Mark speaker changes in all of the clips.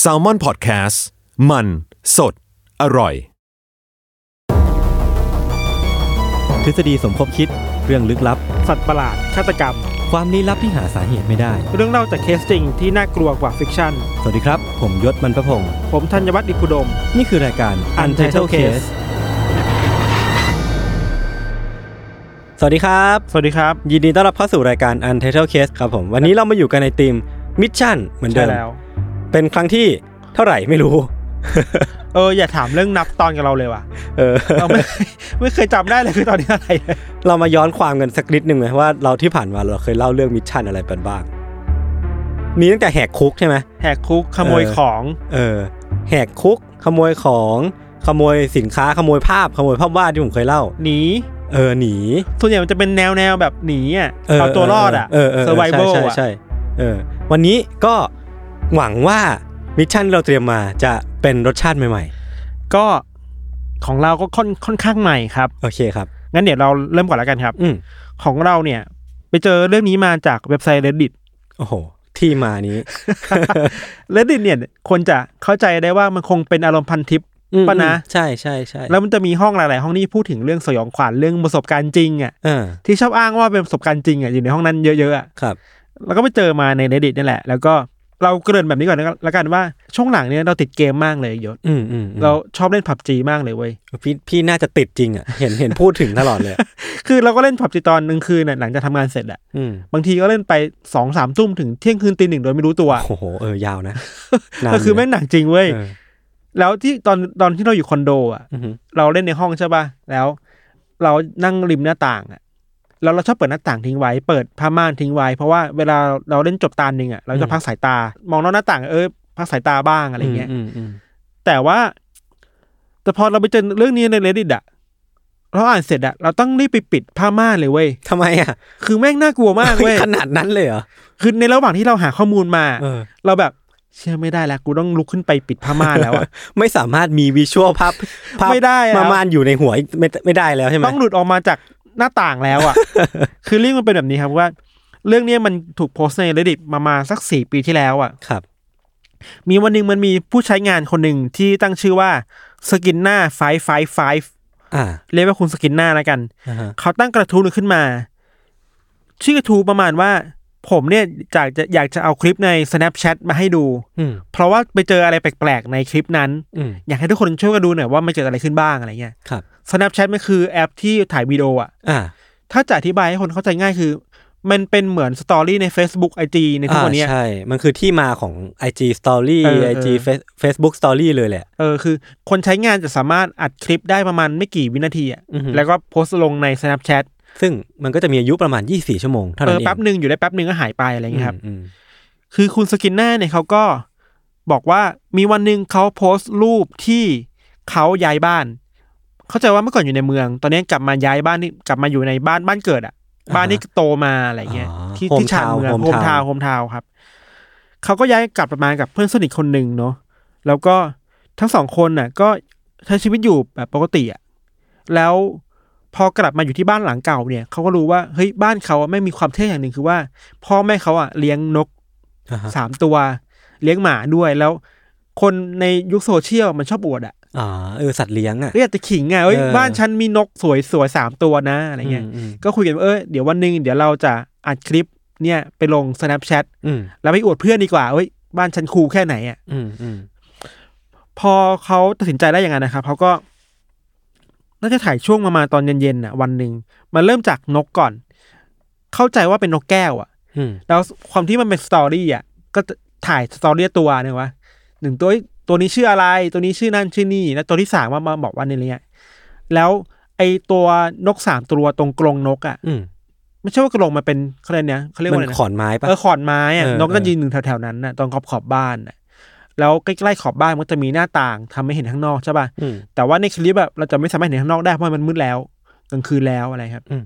Speaker 1: แซลมอนพอดแคสต์มันสดอร่อย
Speaker 2: ทฤษฎีสมคบคิดเรื่องลึกลับ
Speaker 3: สัตว์ประหลาดฆาตกรรม
Speaker 2: ความลี้ลับที่หาสาเหตุไม่ได้
Speaker 3: เรื่องเล่าจากเคสจริงที่น่ากลัวกว่าฟิกชั่น
Speaker 2: สวัสดีครับ ผมยศมันประพงศ์
Speaker 3: ผมธัญวัฒน์อิพุดม
Speaker 2: นี่คือรายการ Untitled Case สวัสดีครับ
Speaker 3: สวัสดีครับ
Speaker 2: ยินดีต้อนรับเข้าสู่รายการ Untitled Case ครับผม วันนี้เรามาอยู่กันในทีมมิชชั่นเหมือนเดิ
Speaker 3: ใช่
Speaker 2: ม
Speaker 3: แล้ว
Speaker 2: เป็นครั้งที่เท่าไหร่ไม่รู้
Speaker 3: เออ อย่าถามเรื่องนับตอนกับเราเลยว่ะ
Speaker 2: เออ
Speaker 3: เราไม่ ไม่เคยจำได้เลยคือตอนนี้อะไร
Speaker 2: เรามาย้อนความกันสักนิดหนึ่งไหมว่าเราที่ผ่านมาเราเคยเล่าเรื่องมิชชั่นอะไรเป็นบ้าง มีตั้งแต่แหกคุกใช่ไหม
Speaker 3: แหกคุกขโมย
Speaker 2: เออ
Speaker 3: ของ
Speaker 2: เออแหกคุกขโมยของขโมยสินค้าขโมยภาพขโมยภาพวาดที่ผมเคยเล่า
Speaker 3: หนี
Speaker 2: เออหนี
Speaker 3: ส่วนใหญ่มันจะเป็นแนวแนวแบบหนีอ่ะ
Speaker 2: เออ
Speaker 3: เอาตัวรอดอ่ะ
Speaker 2: เออเออเออ
Speaker 3: survival
Speaker 2: ใช่ใช่
Speaker 3: อ่ะ
Speaker 2: ใช่เออวันนี้ก็หวังว่ามิชชั่นที่เราเตรียมมาจะเป็นรสชาติใหม่
Speaker 3: ก็ของเราก็ค่อนค่อนข้างใหม่ครับ
Speaker 2: ๆ โอเคครับ
Speaker 3: งั้นเดี๋ยวเราเริ่มก่อนแล้วกันครับ
Speaker 2: อืม
Speaker 3: ของเราเนี่ย ไปเจอเรื่องนี้มาจากเว็บไซต์ reddit
Speaker 2: โอ้โห ที่มานี้
Speaker 3: reddit เนี่ยคนจะเข้าใจได้ว่ามันคงเป็นอารมณ์พันทิป
Speaker 2: อืม
Speaker 3: ปะนะ
Speaker 2: ใช่ใช่ใช่
Speaker 3: แล้วมันจะมีห้องหลาย ๆ ห้องที่พูดถึงเรื่องสยองขวัญเรื่องประสบการณ์จริงอ่ะ
Speaker 2: เออ
Speaker 3: ที่ชอบอ้างว่าเป็นประสบการณ์จริงอ่ะอยู่ในห้องนั้นเยอะ ๆอ่ะ
Speaker 2: ครับ
Speaker 3: แล้วก็ไปเจอมาใน reddit นี่แหละ แล้วก็เราเกริ่นแบบนี้ก่อนแล้วกันว่าช่วงหลังเนี่ยเราติดเกมมากเลยยศ
Speaker 2: อืมอืมอืม
Speaker 3: เราชอบเล่นผับจีมากเลยเว้ย
Speaker 2: พี่พี่น่าจะติดจริงอ่ะ เห็นเห็นพูดถึงตลอดเลย
Speaker 3: คือเราก็เล่นผับจีตอนกลางคืนน่ะหลังจากทำงานเสร็จอ่ะ
Speaker 2: อืม
Speaker 3: บางทีก็เล่นไปสองสามทุ่มถึงเที่ยงคืนตีหนึ่งโดยไม่รู้ตัว
Speaker 2: โอ้โหเออยาวนะ
Speaker 3: ก็คือแม่งหนักจริงเว้
Speaker 2: เอย อ
Speaker 3: แล้วที่ตอนตอนที่เราอยู่คอนโดอ่ะ
Speaker 2: อือหือ
Speaker 3: เราเล่นในห้องใช่ป่ะ แล้วเรานั่งริมหน้าต่างอ่ะ แล้วเราชอบเปิดหน้าต่างทิ้งไว้ เปิดผ้าม่านทิ้งไว้ เพราะว่าเวลาเราเล่นจบตาหนึ่งอ่ะ เรา
Speaker 2: อื
Speaker 3: จะ
Speaker 2: ม
Speaker 3: พักสายตา มองนอกหน้าต่าง เออ พักสายตาบ้างอะไรเงี้ย
Speaker 2: มอืม
Speaker 3: แต่ว่า แต่พอเราไปเจอเรื่องนี้ใน reddit อ่ะ เราอ่านเสร็จอ่ะ เราต้องรีบไปปิดผ้าม่านเลยเว้ย
Speaker 2: ทำไมอ่ะ
Speaker 3: คือแม่งน่ากลัวมาก เว้ย
Speaker 2: ขนาดนั้นเลยเหรอ
Speaker 3: คือในระหว่างที่เราหาข้อมูลมา
Speaker 2: เออ
Speaker 3: เราแบบเชื่อไม่ได้แล้ว กูต้องลุกขึ้นไปปิดผ้าม่านแล้วอ่ะ
Speaker 2: ไม่สามารถมีวิชวลภาพภาพ
Speaker 3: ไม่ได้แล้ว
Speaker 2: มามานอยู่ในหัวอีกไม่ไม่ได้แล้วใช่ไหม
Speaker 3: ต้องหลุดออกมาจากหน้าต่างแล้ว อ่ะ คือเรื่องมันเป็นแบบนี้ครับว่า เรื่องเนี้ยมันถูกโพสต์ใน reddit มามาสักสี่ปีที่แล้วอ่ะ
Speaker 2: ครับ
Speaker 3: มีวันหนึ่งมันมีผู้ใช้งานคนหนึ่งที่ตั้งชื่อว่าสกินหน้าไฟไฟไฟ
Speaker 2: อ่า
Speaker 3: เรียกว่าคุณสกินหน้าแล้วกัน
Speaker 2: อ่าฮะ
Speaker 3: เขาตั้งกระทู้หนึ่งขึ้นมา ชื่อกระทู้ประมาณว่า ผมเนี่ยอยากจะอยากจะเอาคลิปใน snapchat มาให้ดู
Speaker 2: อืม
Speaker 3: เพราะว่าไปเจออะไรแปลกๆในคลิปนั้น
Speaker 2: อืม
Speaker 3: อยากให้ทุกคนช่วยกันดูหน่อยว่ามันเกิดอะไรขึ้นบ้างอะไรเงี้ย
Speaker 2: ครับ
Speaker 3: snapchat มันคือแอปที่ถ่ายวิดีโออ่ะ
Speaker 2: อ่า
Speaker 3: ถ้าจะอธิบายให้คนเข้าใจง่ายคือ มันเป็นเหมือนสตอรี่ใน Facebook IG ในทุกวันเนี้ย
Speaker 2: อ่าใช่ มันคือที่มาของ IG Story
Speaker 3: เออเออ
Speaker 2: IG Face- Facebook Story เลยแหละ
Speaker 3: เออคือคนใช้งานจะสามารถอัดคลิปได้ประมาณไม่กี่วินาทีอ่ะ
Speaker 2: อือฮึ
Speaker 3: แล้วก็โพสต์ลงใน Snapchat
Speaker 2: ซึ่งมันก็จะมีอายุประมาณ 24 ชั่วโมงเท่า
Speaker 3: เอ
Speaker 2: นั้น
Speaker 3: อ
Speaker 2: เอง
Speaker 3: แป๊บหนึ่งอยู่ได้แป๊บหนึ่งก็หายไปอะไรอย่างเงี้ยครับ
Speaker 2: อืม
Speaker 3: คือคุณสกินเนอร์เนี่ยเขาก็บอกว่ามีวันหนึ่งเขาโพสต์รูปที่เขาย้ายบ้าน เข้าใจว่าเมื่อก่อนอยู่ในเมือง ตอนนี้กลับมาย้ายบ้านนี่กลับมาอยู่ในบ้านบ้านเกิดอ่ะ บ้านที่โตมาอะไรเงี้ยที่ที่ชานเมืองโฮมทาวน์โฮมทาวน์ครับเขาก็ย้ายกลับมากับเพื่อนสนิทคนหนึ่งเนาะแล้วก็ทั้งสองคนน่ะ ก็ใช้ชีวิตอยู่แบบปกติอ่ะแล้วพอกลับมาอยู่ที่บ้านหลังเก่าเนี่ยเขาก็รู้ว่าเฮ้ยบ้านเขาอะไม่มีความเท่อย่างหนึ่งคือว่า พ่อแม่เขาอ่ะเลี้ยงนก
Speaker 2: อ่าฮะ
Speaker 3: สามตัว เลี้ยงหมาด้วยแล้ว คนในยุคโซเชียลมันชอบอวดอ่ะ
Speaker 2: อ่าเออสัตว์เลี้ยงอ่ะ
Speaker 3: เอ้ยอยากจะขิงไงเอ้ย
Speaker 2: เออ
Speaker 3: บ้านฉันมีนกสวยสวยๆสามตัวนะอะไรเงี้ย
Speaker 2: มม
Speaker 3: ก็คุยกันว่าเออเดี๋ยววันหนึ่งเดี๋ยวเราจะอัดคลิปเนี่ยไปลง snapchat
Speaker 2: อืม
Speaker 3: แล้วไปอวดเพื่อนดีกว่าเอ้ยบ้านฉันคูลแค่ไหนอ่ะ
Speaker 2: อืมอืม
Speaker 3: พอเขาตัดสินใจได้อย่างนั้นนะครับเขาก็ น่าจะถ่ายช่วงประมาณตอนเย็นๆน่ะวันหนึ่งมันเริ่มจากนกก่อน เข้าใจว่าเป็นนกแก้วอ่ะ
Speaker 2: อืม
Speaker 3: แล้วความที่มันเป็นสตอรี่อ่ะก็จะถ่ายสตอรี่ตัวเนี่ยวะหนึ่งตัวตัวนี้ชื่ออะไร ตัวนี้ชื่อนั่นชื่อนี่แล้วตัวที่สามมามาบอกว่าเนี่ยอะไรเงี้ยแล้วไอตัวนกสามตัวตรงกรงนกอ่ะ
Speaker 2: อืม
Speaker 3: ไม่ใช่ว่ากระโหลกมันเป็นเขาเรียกเนี่ยเขาเรียกว่า
Speaker 2: มั
Speaker 3: อะไร
Speaker 2: น
Speaker 3: นะ
Speaker 2: ขอนไม้ปะ
Speaker 3: เออขอนไม้อะ
Speaker 2: เออ
Speaker 3: นกก็ยืนหนึ่งแถวๆนั้นน่ะตรงขอบขอบบ้านน่ะแล้วใกล้ๆขอบบ้านมันก็จะมีหน้าต่างทำให้เห็นข้างนอกใช่ป่ะ
Speaker 2: อืม
Speaker 3: แต่ว่าในคลิปแบบเราจะไม่สามารถเห็นข้างนอกได้เพราะมันมืดแล้วกลางคืนแล้วอะไรครับ
Speaker 2: อืม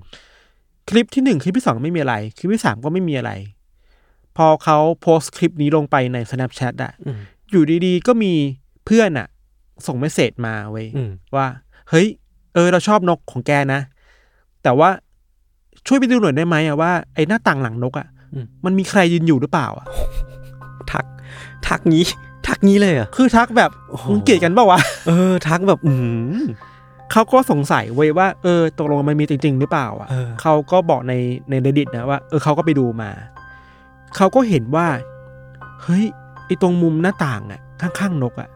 Speaker 3: คลิปที่หนึ่งคลิปที่สองไม่มีอะไร คลิปที่สามก็ไม่มีอะไร พอเขาโพสต์คลิปนี้ลงไปใน snapchat อะ
Speaker 2: อืม
Speaker 3: อยู่ดีๆก็มีเพื่อนอะส่งเมสเซจมาเว้ย
Speaker 2: อืม
Speaker 3: ว่าเฮ้ย เออ เราชอบนกของแกนะ แต่ว่าช่วยไปดูหน่อยได้ไหมอะว่าไอ้หน้าต่างหลังนกอะ
Speaker 2: อืม
Speaker 3: มันมีใครยืนอยู่หรือเปล่าอะ
Speaker 2: ทัก ทักงี้ ทักงี้เลยเหรอ่ะ
Speaker 3: คือทักแบบ
Speaker 2: โอ้โห
Speaker 3: มึงเกลียดกันเปล่าวะ
Speaker 2: เออ ทักแบบ อืม
Speaker 3: เขาก็สงสัยเว้ยว่าเออตกลงมันมีจริง ๆ หรือเปล่าอ่ะ
Speaker 2: เออ
Speaker 3: เขาก็บอกในใน reddit นะว่าเออเขาก็ไปดูมา เขาก็เห็นว่า เฮ้ยไอตรงมุมหน้าต่างอ่ะ ข้างๆนกอ่ะ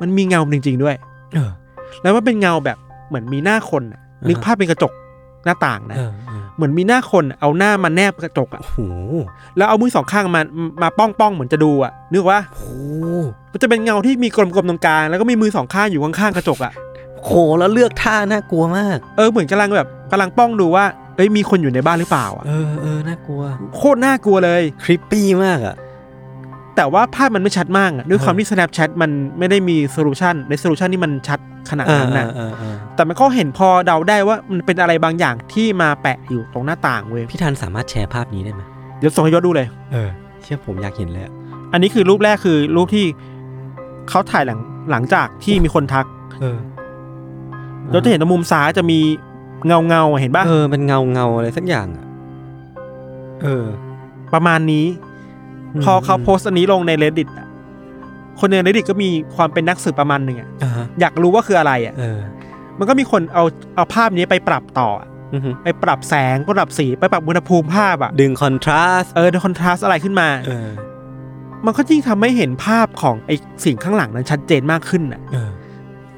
Speaker 3: มันมีเงาจริง ๆ ด้วย
Speaker 2: เออ
Speaker 3: แล้วมันเป็นเงาแบบเหมือนมีหน้าคนอะ
Speaker 2: อ่าฮะ
Speaker 3: นึกภาพเป็นกระจกหน้าต่างนะ
Speaker 2: เออเออ
Speaker 3: เหมือนมีหน้าคนเอาหน้ามาแนบกระจกอ่ะ
Speaker 2: โอ้โห
Speaker 3: แล้วเอามือสองข้างมามาป้องป้องๆเหมือนจะดูอ่ะนึกว่า
Speaker 2: โอ้โห
Speaker 3: มันจะเป็นเงาที่มีกลมๆตรงกลางแล้วก็มีมือสองข้างอยู่ข้างๆกระจกอ่ะ
Speaker 2: โหแล้วเลือกท่าน่ากลัวมาก
Speaker 3: เออเหมือนกำลังแบบกำลังป้องดูว่าเอ้ยมีคนอยู่ในบ้านหรือเปล่าอ่ะ
Speaker 2: เออเออน่ากลัว
Speaker 3: โคตรน่ากลัวเลย
Speaker 2: คริปปี้มากอ่ะ
Speaker 3: แต่ว่าภาพมันไม่ชัดมากอ่ะด้วยความ
Speaker 2: เออ
Speaker 3: ที่ Snapchat มันไม่ได้มีโซลูชันในโซลูชันที่มันชัดขนาด
Speaker 2: เออ
Speaker 3: นั้น
Speaker 2: เอ
Speaker 3: นะ
Speaker 2: อเออเออ
Speaker 3: แต่มันก็เห็นพอเดาได้ว่ามันเป็นอะไรบางอย่างที่มาแปะอยู่ตรงหน้าต่างเว้ย
Speaker 2: พี่ทันสามารถแชร์ภาพนี้ได้ไหม
Speaker 3: เดี๋ยวส่งให้ยศดูเลย
Speaker 2: เออ เชื่อผมอยากเห็นเลยอะ
Speaker 3: อันนี้คือรูปแรกคือรูปที่เขาถ่ายหลังหลังจากที่มีคนทัก
Speaker 2: เออ
Speaker 3: เราจะเห็นตรงมุมซ้ายจะมีเงาเงาๆเห็นปะ
Speaker 2: เออเป็นเงาเงาอะไรสักอย่างอ่ะ เออ
Speaker 3: ประมาณนี้ พอเขาโพสต์อันนี้ลงใน reddit อะคนใน reddit ก็มีความเป็นนักสืบประมาณหนึ่งอะ
Speaker 2: อ่าฮะ
Speaker 3: อยากรู้ว่าคืออะไรอะ
Speaker 2: เออ
Speaker 3: มันก็มีคนเอาเอาภาพนี้ไปปรับต่ออะ
Speaker 2: อือฮึ
Speaker 3: ไปปรับแสงปรับสีไปปรับอุณหภูมิภาพอะ
Speaker 2: ดึงคอนทราส
Speaker 3: เออคอนทราสอะไรขึ้นมา
Speaker 2: เออ
Speaker 3: มันก็ยิ่งทำให้เห็นภาพของไอสิ่งข้างหลังนั้นชัดเจนมากขึ้นอะ
Speaker 2: เออ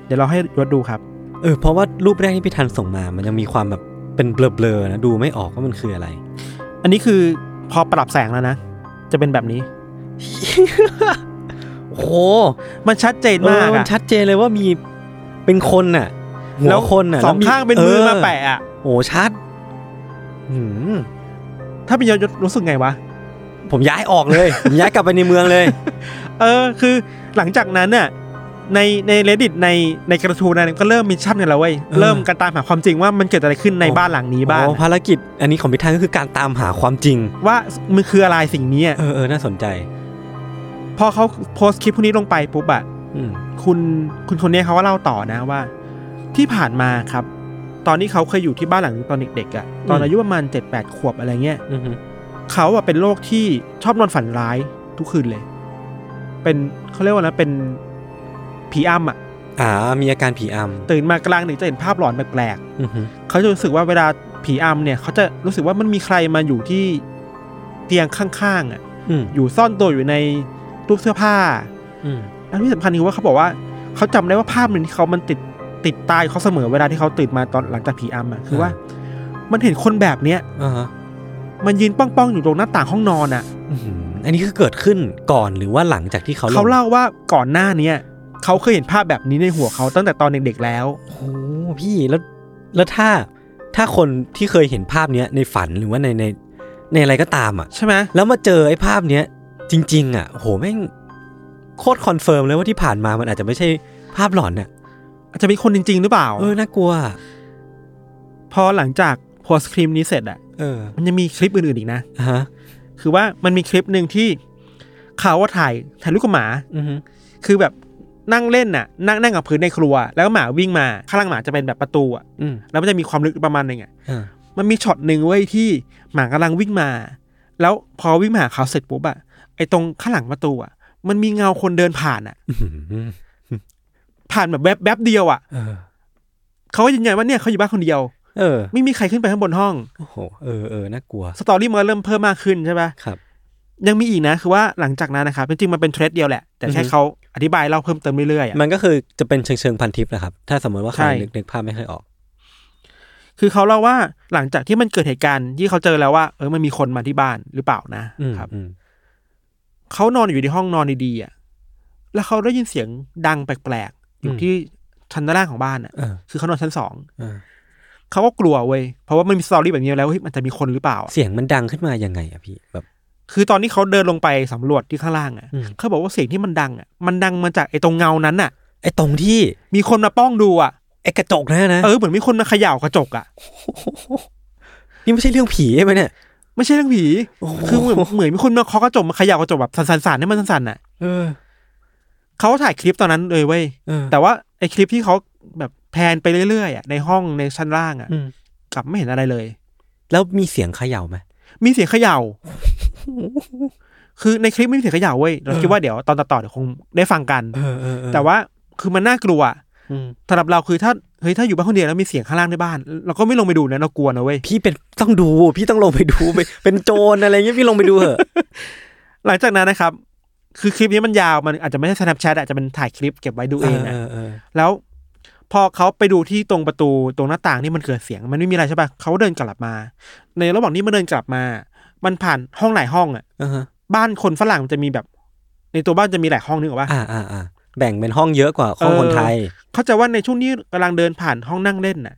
Speaker 3: เดี๋ยวเราให้ยศดูครับ
Speaker 2: เออ เพราะว่ารูปแรกที่พี่ทันส่งมา มันยังมีความแบบเป็นเบลอๆนะ ดูไม่ออกว่ามันคืออะไร
Speaker 3: อันนี้คือพอปรับแสงแล้วนะ จะเป็นแบบนี้
Speaker 2: โอ้โห
Speaker 3: มันชัดเจนมาก
Speaker 2: เออมัน
Speaker 3: อะ
Speaker 2: ชัดเจนเลยว่ามีเป็นคนน่ะหัวคนน่ะ
Speaker 3: สอง
Speaker 2: แล้ว
Speaker 3: ข้างเป็นมือมาแปะอะ
Speaker 2: โอ้ชัดอืม
Speaker 3: ถ้าเป็นยศยศรู้สึกไงวะ
Speaker 2: ผมย้ายออกเลย ผมย้ายกลับไปในเมืองเลย
Speaker 3: เออ คือหลังจากนั้นน่ะ ในใน reddit ในในกระทูนั้นก็เริ่มมีชั่นกันแล้วเว้ย
Speaker 2: เออ
Speaker 3: เริ่มกันตามหาความจริงว่ามันเกิดอะไรขึ้นใน
Speaker 2: โอ้
Speaker 3: บ้านหลังนี้บ้าง
Speaker 2: โอ้ภารกิจ อันนี้ของพี่ทันก็คือการตามหาความจริง
Speaker 3: ว่ามันคืออะไรสิ่งนี้อะ
Speaker 2: เออเออน่าสนใจ
Speaker 3: พอเขาโพสต์คลิปพวกนี้ลงไปปุ๊บอะ
Speaker 2: อืม
Speaker 3: คุณคุณคนเนี้ยเขาก็เล่าต่อนะว่า ที่ผ่านมาครับ ตอนนี้เขาเคยอยู่ที่บ้านหลังนี้ตอนเด็กๆอะตอนอายุประมาณเจ็ดแปดขวบอะไรเงี้ย
Speaker 2: อือฮึ
Speaker 3: เขาอะเป็นโรคที่ชอบนอนฝันร้ายทุกคืนเลย เป็นเขาเรียกว่าอะไรนะเป็นผีอ้ำอะ
Speaker 2: อ่า มีอาการผีอ
Speaker 3: ตื่นมากลางดึกจะเห็นภาพหลอนแปลก
Speaker 2: ำอือฮึ
Speaker 3: ๆเขาจะรู้สึกว่าเวลาผีอ้ำเนี่ย เขาจะรู้สึกว่ามันมีใครมาอยู่ที่เตียงข้างๆอะ
Speaker 2: อืม
Speaker 3: อยู่ซ่อนตัวอยู่ในตู้เสื้อผ้า
Speaker 2: อืม
Speaker 3: อันที่สำคัญคือว่าเขาบอกว่าเขาจำได้ว่าภาพหนึ่งที่เขามันติดติดตายเขาเสมอเวลาที่เขาตื่นมาตอนหลังจากผีอ้ำอะคือว่า มันเห็นคนแบบเนี้ย
Speaker 2: อ่าฮะ
Speaker 3: มันยืนป้องๆอยู่ตรงหน้าต่างห้องนอนอะ
Speaker 2: อื้อหืออันนี้คือเกิดขึ้นก่อนหรือว่าหลังจากที่เขา
Speaker 3: เขาเล่าว่าก่อนหน้าเนี้ยเขาเคยเห็นภาพแบบนี้ในหัวเขาตั้งแต่ตอนเด็กๆแล้ว
Speaker 2: โอ้โหพี่แล้วแล้วถ้าถ้าคนที่เคยเห็นภาพเนี้ยในฝันหรือว่าในในในอะไรก็ตามอ่ะ
Speaker 3: ใช่ไหม
Speaker 2: แล้วมาเจอไอ้ภาพเนี้ยจริง ๆ อ่ะโหแม่งโคตรคอนเฟิร์มเลยว่าที่ผ่านมามันอาจจะไม่ใช่ภาพหลอนน่ะ
Speaker 3: อาจจะเป็นคนจริง ๆ หรือเปล่า
Speaker 2: เออน่ากลัวอะ
Speaker 3: พอหลังจากโพสต์คลิปนี้เสร็จอะ
Speaker 2: เออ
Speaker 3: มันยังมีคลิปอื่นๆอีกนะ
Speaker 2: อ่าฮะ
Speaker 3: คือว่ามันมีคลิปหนึ่งที่เขาว่าถ่ายถ่ายรูปกับหมา
Speaker 2: อือฮึ
Speaker 3: คือแบบนั่งเล่นน่ะ นั่งนั่งกับพื้นในครัว แล้วก็หมาวิ่งมา ข้างหลังหมาจะเป็นแบบประตูอะ
Speaker 2: อืม
Speaker 3: แล้วมันจะมีความลึกประมาณหนึ่งอะ
Speaker 2: อ่า
Speaker 3: มันมีช็อตหนึ่งเว้ยที่หมากำลังวิ่งมา แล้วพอวิ่งมาหาเขาเสร็จปุ๊บอะไอตรงข้างหลังประตูอะมันมีเงาคนเดินผ่านอะ
Speaker 2: อื้อหือ
Speaker 3: ผ่านแบบแวบแวบเดียวอ่ะ
Speaker 2: เออ
Speaker 3: เขาก็ยืนยันว่าเนี่ยเขาอยู่บ้านคนเดียว
Speaker 2: เออ
Speaker 3: ไม่มีใครขึ้นไปข้างบนห้อง
Speaker 2: โอ้โหเออเออน่ากลัว
Speaker 3: สตอรี่มันก็เริ่มเพิ่มมากขึ้นใช่ปะ
Speaker 2: ครับ
Speaker 3: ยังมีอีกนะคือว่าหลังจากนั้นนะครับจริงๆมันเป็นเทรดเดียวแหละ แต่แค่
Speaker 2: อือฮึ
Speaker 3: เขาอธิบายเล่าเพิ่มเติมเรื่อยๆอะ
Speaker 2: มันก็คือจะเป็นเชิงเชิงพันทิปนะครับ ถ้าสมมติว่าใคร
Speaker 3: ใช่
Speaker 2: นึกนึกภาพไม่เคอยออก
Speaker 3: คือเขาเล่าว่าหลังจากที่มันเกิดเหตุการณ์ที่เขาเจอแล้วว่าเออมันมีคนมาที่บ้านหรือเปล่านะ
Speaker 2: อืม
Speaker 3: ครับ
Speaker 2: อืม
Speaker 3: เขานอนอยู่ในห้องนอนดีๆอ่ะแล้วเขาได้ยินเสียงดังแปลกๆอยู่ที่ชั้นด้านล่างของบ้านอ่ะ
Speaker 2: เออ
Speaker 3: คือเขานอนชั้นสอง
Speaker 2: เออ
Speaker 3: เขาก็กลัวเว้ยเพราะว่ามันมีสตอรี่แบบนี้แล้วเฮ้ยมันจะมีคนหรือเปล่าอะ
Speaker 2: เสียงมันดังขึ้นมายังไงอะพี่แบบ
Speaker 3: คือตอนที่เขาเดินลงไปสำรวจที่ข้างล่างอ่ะ
Speaker 2: อืม
Speaker 3: เขาบอกว่าเสียงที่มันดังอ่ะมันดังมาจากไอ้ตรงเงานั้นอ่ะ
Speaker 2: ไอ้ตรงที่
Speaker 3: มีคนมาป้องดูอ่ะ
Speaker 2: ไอ้กระจกนะนะ
Speaker 3: เออเหมือนมีคนมาเขย่ากระจกอ่ะ
Speaker 2: นี่ไม่ใช่เรื่องผีใช่ไหมเนี่ย
Speaker 3: ไม่ใช่เรื่องผี
Speaker 2: โอ้โห
Speaker 3: คือเหมือนเหมือนมีคนมาเคาะกระจกมาเขย่ากระจกแบบสั่นๆๆให้มันสั่นๆอ่ะ
Speaker 2: เออ
Speaker 3: เขาถ่ายคลิปตอนนั้นเลยเว้ย
Speaker 2: เออ
Speaker 3: แต่ว่าไอ้คลิปที่เขาแบบแพนไปเรื่อยๆอ่ะในห้องในชั้นล่างอ่ะ
Speaker 2: อืม
Speaker 3: กลับไม่เห็นอะไรเลย
Speaker 2: แล้วมีเสียงเขย่าไหม
Speaker 3: มีเสียงเขย่า คือในคลิปไม่มีเสียงเขย่าเว้ยเราคิดว่าเดี๋ยวตอนต่อๆเดี๋ยวคงได้ฟังกัน แต่ว่าคือมันน่ากลัวอะ
Speaker 2: อืม
Speaker 3: สำหรับเราคือถ้าเฮ้ยถ้าอยู่บ้านคนเดียวแล้วมีเสียงข้างล่างในบ้าน เราก็ไม่ลงไปดูนะเรากลัวนะเว้ย
Speaker 2: พี่เป็นต้องดู พี่ต้องลงไปดูไปเป็นโจรอะไรเงี้ยพี่ลงไปดูเหอะ
Speaker 3: หลังจากนั้นนะครับ คือคลิปนี้มันยาวมันอาจจะไม่ใช่ Snapchat อาจจะเป็นถ่ายคลิปเก็บไว้ดูเองนะแล้ว พอเขาไปดูที่ตรงประตูตรงหน้าต่างที่มันเกิดเสียง มันไม่มีอะไรใช่ปะเขาก็เดินกลับมา ในระหว่างนี้มันเดินกลับมา มันผ่านห้องหลายห้องอ่ะ
Speaker 2: อ่าฮะ
Speaker 3: บ้านคนฝรั่งมันจะมีแบบ ในตัวบ้านจะมีหลายห้องนึกออกปะ
Speaker 2: อ่าอ่าอ่าแบ่งเป็นห้องเยอะกว่าห้อง
Speaker 3: เออ
Speaker 2: คนไทย
Speaker 3: เข้าใจว่าในช่วงที่กำลังเดินผ่านห้องนั่งเล่นน่ะ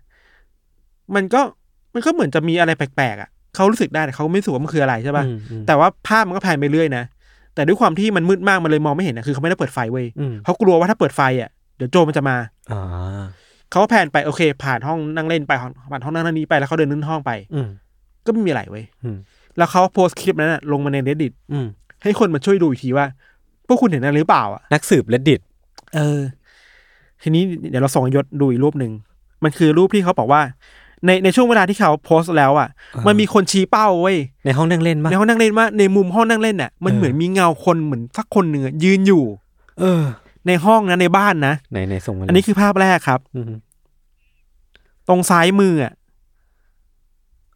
Speaker 3: มันก็มันก็เหมือนจะมีอะไรแปลกๆอ่ะเขารู้สึกได้แต่เขาไม่รู้สึกว่ามันคืออะไรใช่ปะ
Speaker 2: อืมอืม
Speaker 3: แต่ว่าภาพมันก็แผ่านไปเรื่อยนะแต่ด้วยความที่มันมืดมากมันเลยมองไม่เห็นนะคือเขาไม่ได้เปิดไฟเว้ย
Speaker 2: อืม
Speaker 3: เขากลัวว่าถ้าเปิดไฟอ่ะเดี๋ยวโจรมันจะมา
Speaker 2: อ่า
Speaker 3: เขาก็แผนไปโอเค ผ่านห้องนั่งเล่นไปห้องผ่านห้องนั่งเล่นนี้ไปแล้วเขาเดินนึ่นห้องไป
Speaker 2: อืม
Speaker 3: ก็ไม่มีอะไรเว้ย
Speaker 2: อืม
Speaker 3: แล้วเขาโพสต์คลิปนั้นนะลงมาใน reddit
Speaker 2: อืม
Speaker 3: ให้คนมาช่วยดูอีกทีว่า พวกคุณเห็นอะไรหรือเปล่าอ่ะ
Speaker 2: นักสืบและดิด
Speaker 3: เออ ทีนี้เดี๋ยวเราส่งให้ยศดูอีกรูปหนึ่งมันคือรูปที่เขาบอกว่า ในในช่วงเวลาที่เขาโพสต์แล้วอ่ะ มันมีคนชี้เป้าเว้ย
Speaker 2: ในห้องนั่งเล่นมา
Speaker 3: ในห้องนั่งเล่นว่าในมุมห้องนั่งเล่นน่ะ มันเหมือนมีเงาคนเหมือนสักคนหนึ่งอะยืนอยู่
Speaker 2: เออ
Speaker 3: ในห้องนะในบ้านนะ
Speaker 2: ไหนไหนส่งมา
Speaker 3: อันนี้คือภาพแรกครับ
Speaker 2: ม
Speaker 3: ตรงซ้ายมืออ่ะ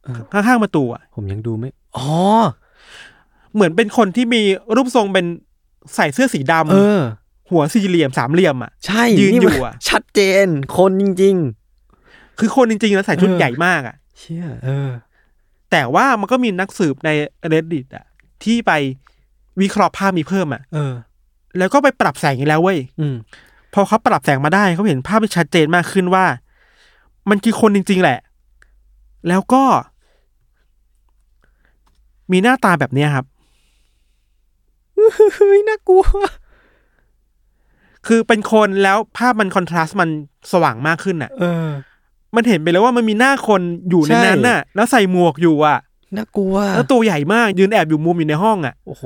Speaker 2: เออ
Speaker 3: ข้างๆประตูอ่ะ
Speaker 2: ผมยังดูไม่อ๋อ
Speaker 3: เหมือนเป็นคนที่มีรูปทรงเป็นใส่เสื้อสีดำ
Speaker 2: เออ
Speaker 3: หัวสี่เหลี่ยมสามเหลี่ยมอ่ะ
Speaker 2: ใช่
Speaker 3: ยืนอยู่
Speaker 2: มั
Speaker 3: อะ
Speaker 2: ชัดเจน คนจริง
Speaker 3: คือคนจริงๆแล้วใส่ชุด
Speaker 2: เออ
Speaker 3: ใหญ่มากอ่ะ
Speaker 2: ๆ เชี่ยเออ
Speaker 3: แต่ว่ามันก็มีนักสืบใน reddit อ่ะ ที่ไปวิเคราะห์ภาพมีเพิ่มอ่ะ
Speaker 2: เออ
Speaker 3: แล้วก็ไปปรับแสงอีกแล้วเว้ย
Speaker 2: อืม
Speaker 3: พอเขาปรับแสงมาได้เขาเห็นภาพที่ชัดเจนมากขึ้นว่า มันคือคนจริง ๆ แหละ แล้วก็ มีหน้าตาแบบเนี้ยครับ
Speaker 2: เฮ้ยน่ากลัว
Speaker 3: คือเป็นคนแล้วภาพมันคอนทราสต์มันสว่างมากขึ้นอ่ะ
Speaker 2: เออ
Speaker 3: มันเห็นไปแล้วว่ามันมีหน้าคนอยู่ใน
Speaker 2: ใช่
Speaker 3: นั้นน่ะ แล้วใส่หมวกอยู่อ่ะ
Speaker 2: น่ากลัว
Speaker 3: แล้วตัวใหญ่มากยืนแอบอยู่มุมอยู่ในห้องอ่ะ
Speaker 2: โอ้โห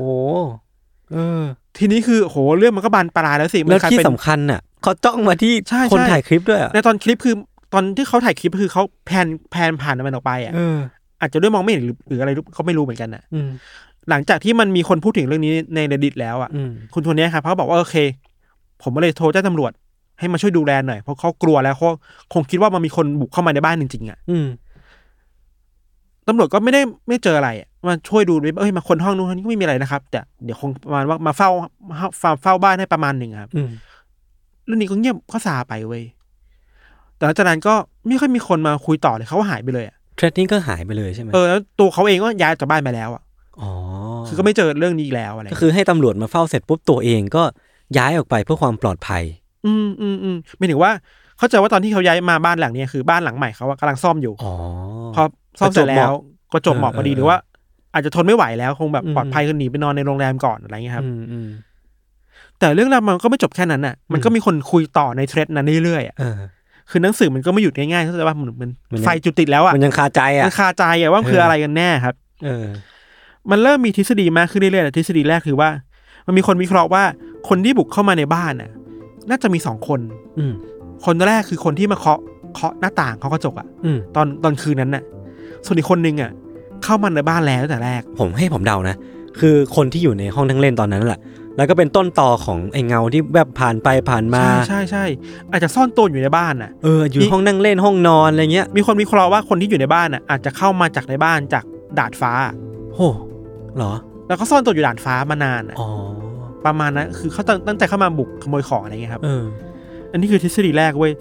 Speaker 2: เออ
Speaker 3: ทีนี้คือโหเรื่องมันก็บานปลายแล้วสิมั
Speaker 2: แล้ว
Speaker 3: กลาย
Speaker 2: ที่
Speaker 3: เป็น
Speaker 2: สำคัญน่ะเขาจ้องมาที่
Speaker 3: ใช่
Speaker 2: คน
Speaker 3: ใช่
Speaker 2: ถ่ายคลิปด้วยอะ
Speaker 3: ในตอนคลิปคือตอนที่เขาถ่ายคลิปคือเขาแพนแพนผ่านมันออกไปอ่ะ
Speaker 2: เออ
Speaker 3: อาจจะด้วยมองไม่เห็นหรือหรืออะไรรู้เขาไม่รู้เหมือนกันน่ะ
Speaker 2: อืม
Speaker 3: หลังจากที่มันมีคนพูดถึงเรื่องนี้ใน reddit แล้วอ่ะ
Speaker 2: อืม
Speaker 3: คุณคนเนี้ยครับเขาบอกว่าโอเค ผมก็เลยโทรแจ้งตำรวจ ให้มาช่วยดูแลหน่อยเพราะเขากลัวแล้วเขาคงคิดว่ามันมีคนบุกเข้ามาในบ้านจริงๆอ่ะ
Speaker 2: อืม
Speaker 3: ตำรวจก็ไม่ได้ไม่เจออะไรอะมาช่วยดูด้วยเอ้ยมาคนห้องนู้นห้องนี้ก็ไม่มีอะไรนะครับ แต่เดี๋ยวคงประมาณว่ามาเฝ้าเฝ้าเฝ้าบ้านให้ประมาณหนึ่งครับ
Speaker 2: อืม
Speaker 3: เรื่องนี้ก็เงียบก็ซาไปเว้ยแต่หลังจากนั้นก็ไม่ค่อยมีคนมาคุยต่อเลยเขาก็หายไปเลยอะ
Speaker 2: เทรดดิ้งก็หายไปเลยใช่ไหม
Speaker 3: เออแล้วตัวเขาเองก็ย้ายจากบ้านไปแล้วอ่ะ
Speaker 2: อ๋อ
Speaker 3: คือก็ไม่เจอเรื่องนี้อีกแล้วอะไร
Speaker 2: ก็คือให้ตำรวจมาเฝ้าเสร็จปุ๊บตัวเองก็ย้ายออกไปเพื่อความปลอดภัย
Speaker 3: อืมอืมอืมไม่ถึงว่า เข้าใจว่าตอนที่เขาย้ายมาบ้านหลังเนี้ยคือบ้านหลังใหม่เขาอะกำลังซ่อมอยู่
Speaker 2: อ๋อ
Speaker 3: พอซ่อมเสร็จแล้ว ก็จบเหมาะ
Speaker 2: เออ
Speaker 3: พอดี
Speaker 2: เออ
Speaker 3: หรือว่า อาจจะทนไม่ไหวแล้วคงแบบ
Speaker 2: อืม
Speaker 3: ปลอดภัยก็หนีไปนอนในโรงแรมก่อนอะไรเงี้ยครับ
Speaker 2: อืมอืม
Speaker 3: แต่เรื่องราวมันก็ไม่จบแค่นั้นน่ะ มันก็มีคนคุยต่อในเทรดนั้นเรื่อยๆอ่ะ
Speaker 2: เออ
Speaker 3: คือหนังสือมันก็ไม่หยุดง่ายๆเข้าใจว่าเหมือนมัน
Speaker 2: มันยัง
Speaker 3: ไฟจุดติดแล้วอ่ะ
Speaker 2: มันยังคาใจอ่ะ
Speaker 3: มันคาใจอ่ะว่ามันคือ
Speaker 2: เอออ
Speaker 3: อะไรกันแน่ครับ
Speaker 2: เออ
Speaker 3: มันเริ่มมีทฤษฎีมากขึ้นเรื่อยๆแต่ทฤษฎีแรกคือว่า มันมีคนวิเคราะห์ว่าคนที่บุกเข้ามาในบ้านน่ะ น่าจะมีสองคน
Speaker 2: อืม
Speaker 3: คนแรกคือคนที่มาเคาะเคาะหน้าต่างเคาะกระจกอ่ะ
Speaker 2: อืม
Speaker 3: ตอนตอนคืนนั้นน่ะ ส่วนอีกคนนึงอ่ะ เข้ามาในบ้านแล้วตั้งแต่แรก
Speaker 2: ผมให้ผมเดานะ คือคนที่อยู่ในห้องทั้งเล่นตอนนั้นแหละ แล้วก็เป็นต้นต่อของไอ้เงาที่แบบผ่านไปผ่านมา
Speaker 3: ใช่ใช่ใช่อาจจะซ่อนตัวอยู่ในบ้านน่ะ
Speaker 2: เออ อยู่ห้องนั่งเล่นห้องนอนอะไรเงี้ย
Speaker 3: มีคนวิเคราะห์ว่าคนที่อยู่ในบ้านน่ะอาจจะเข้ามาจากในบ้านจากดาดฟ้า
Speaker 2: โหเหรอ
Speaker 3: แล้วก็ซ่อนตัวอยู่ด่านฟ้ามานานอะ
Speaker 2: อ๋อ
Speaker 3: ประมาณนั้นคือเขาตั้งตั้งใจเข้ามาบุกขโมยของอะไรเงี้ยครับ
Speaker 2: เออ
Speaker 3: อันนี้คือทฤษฎีแรกเว้ย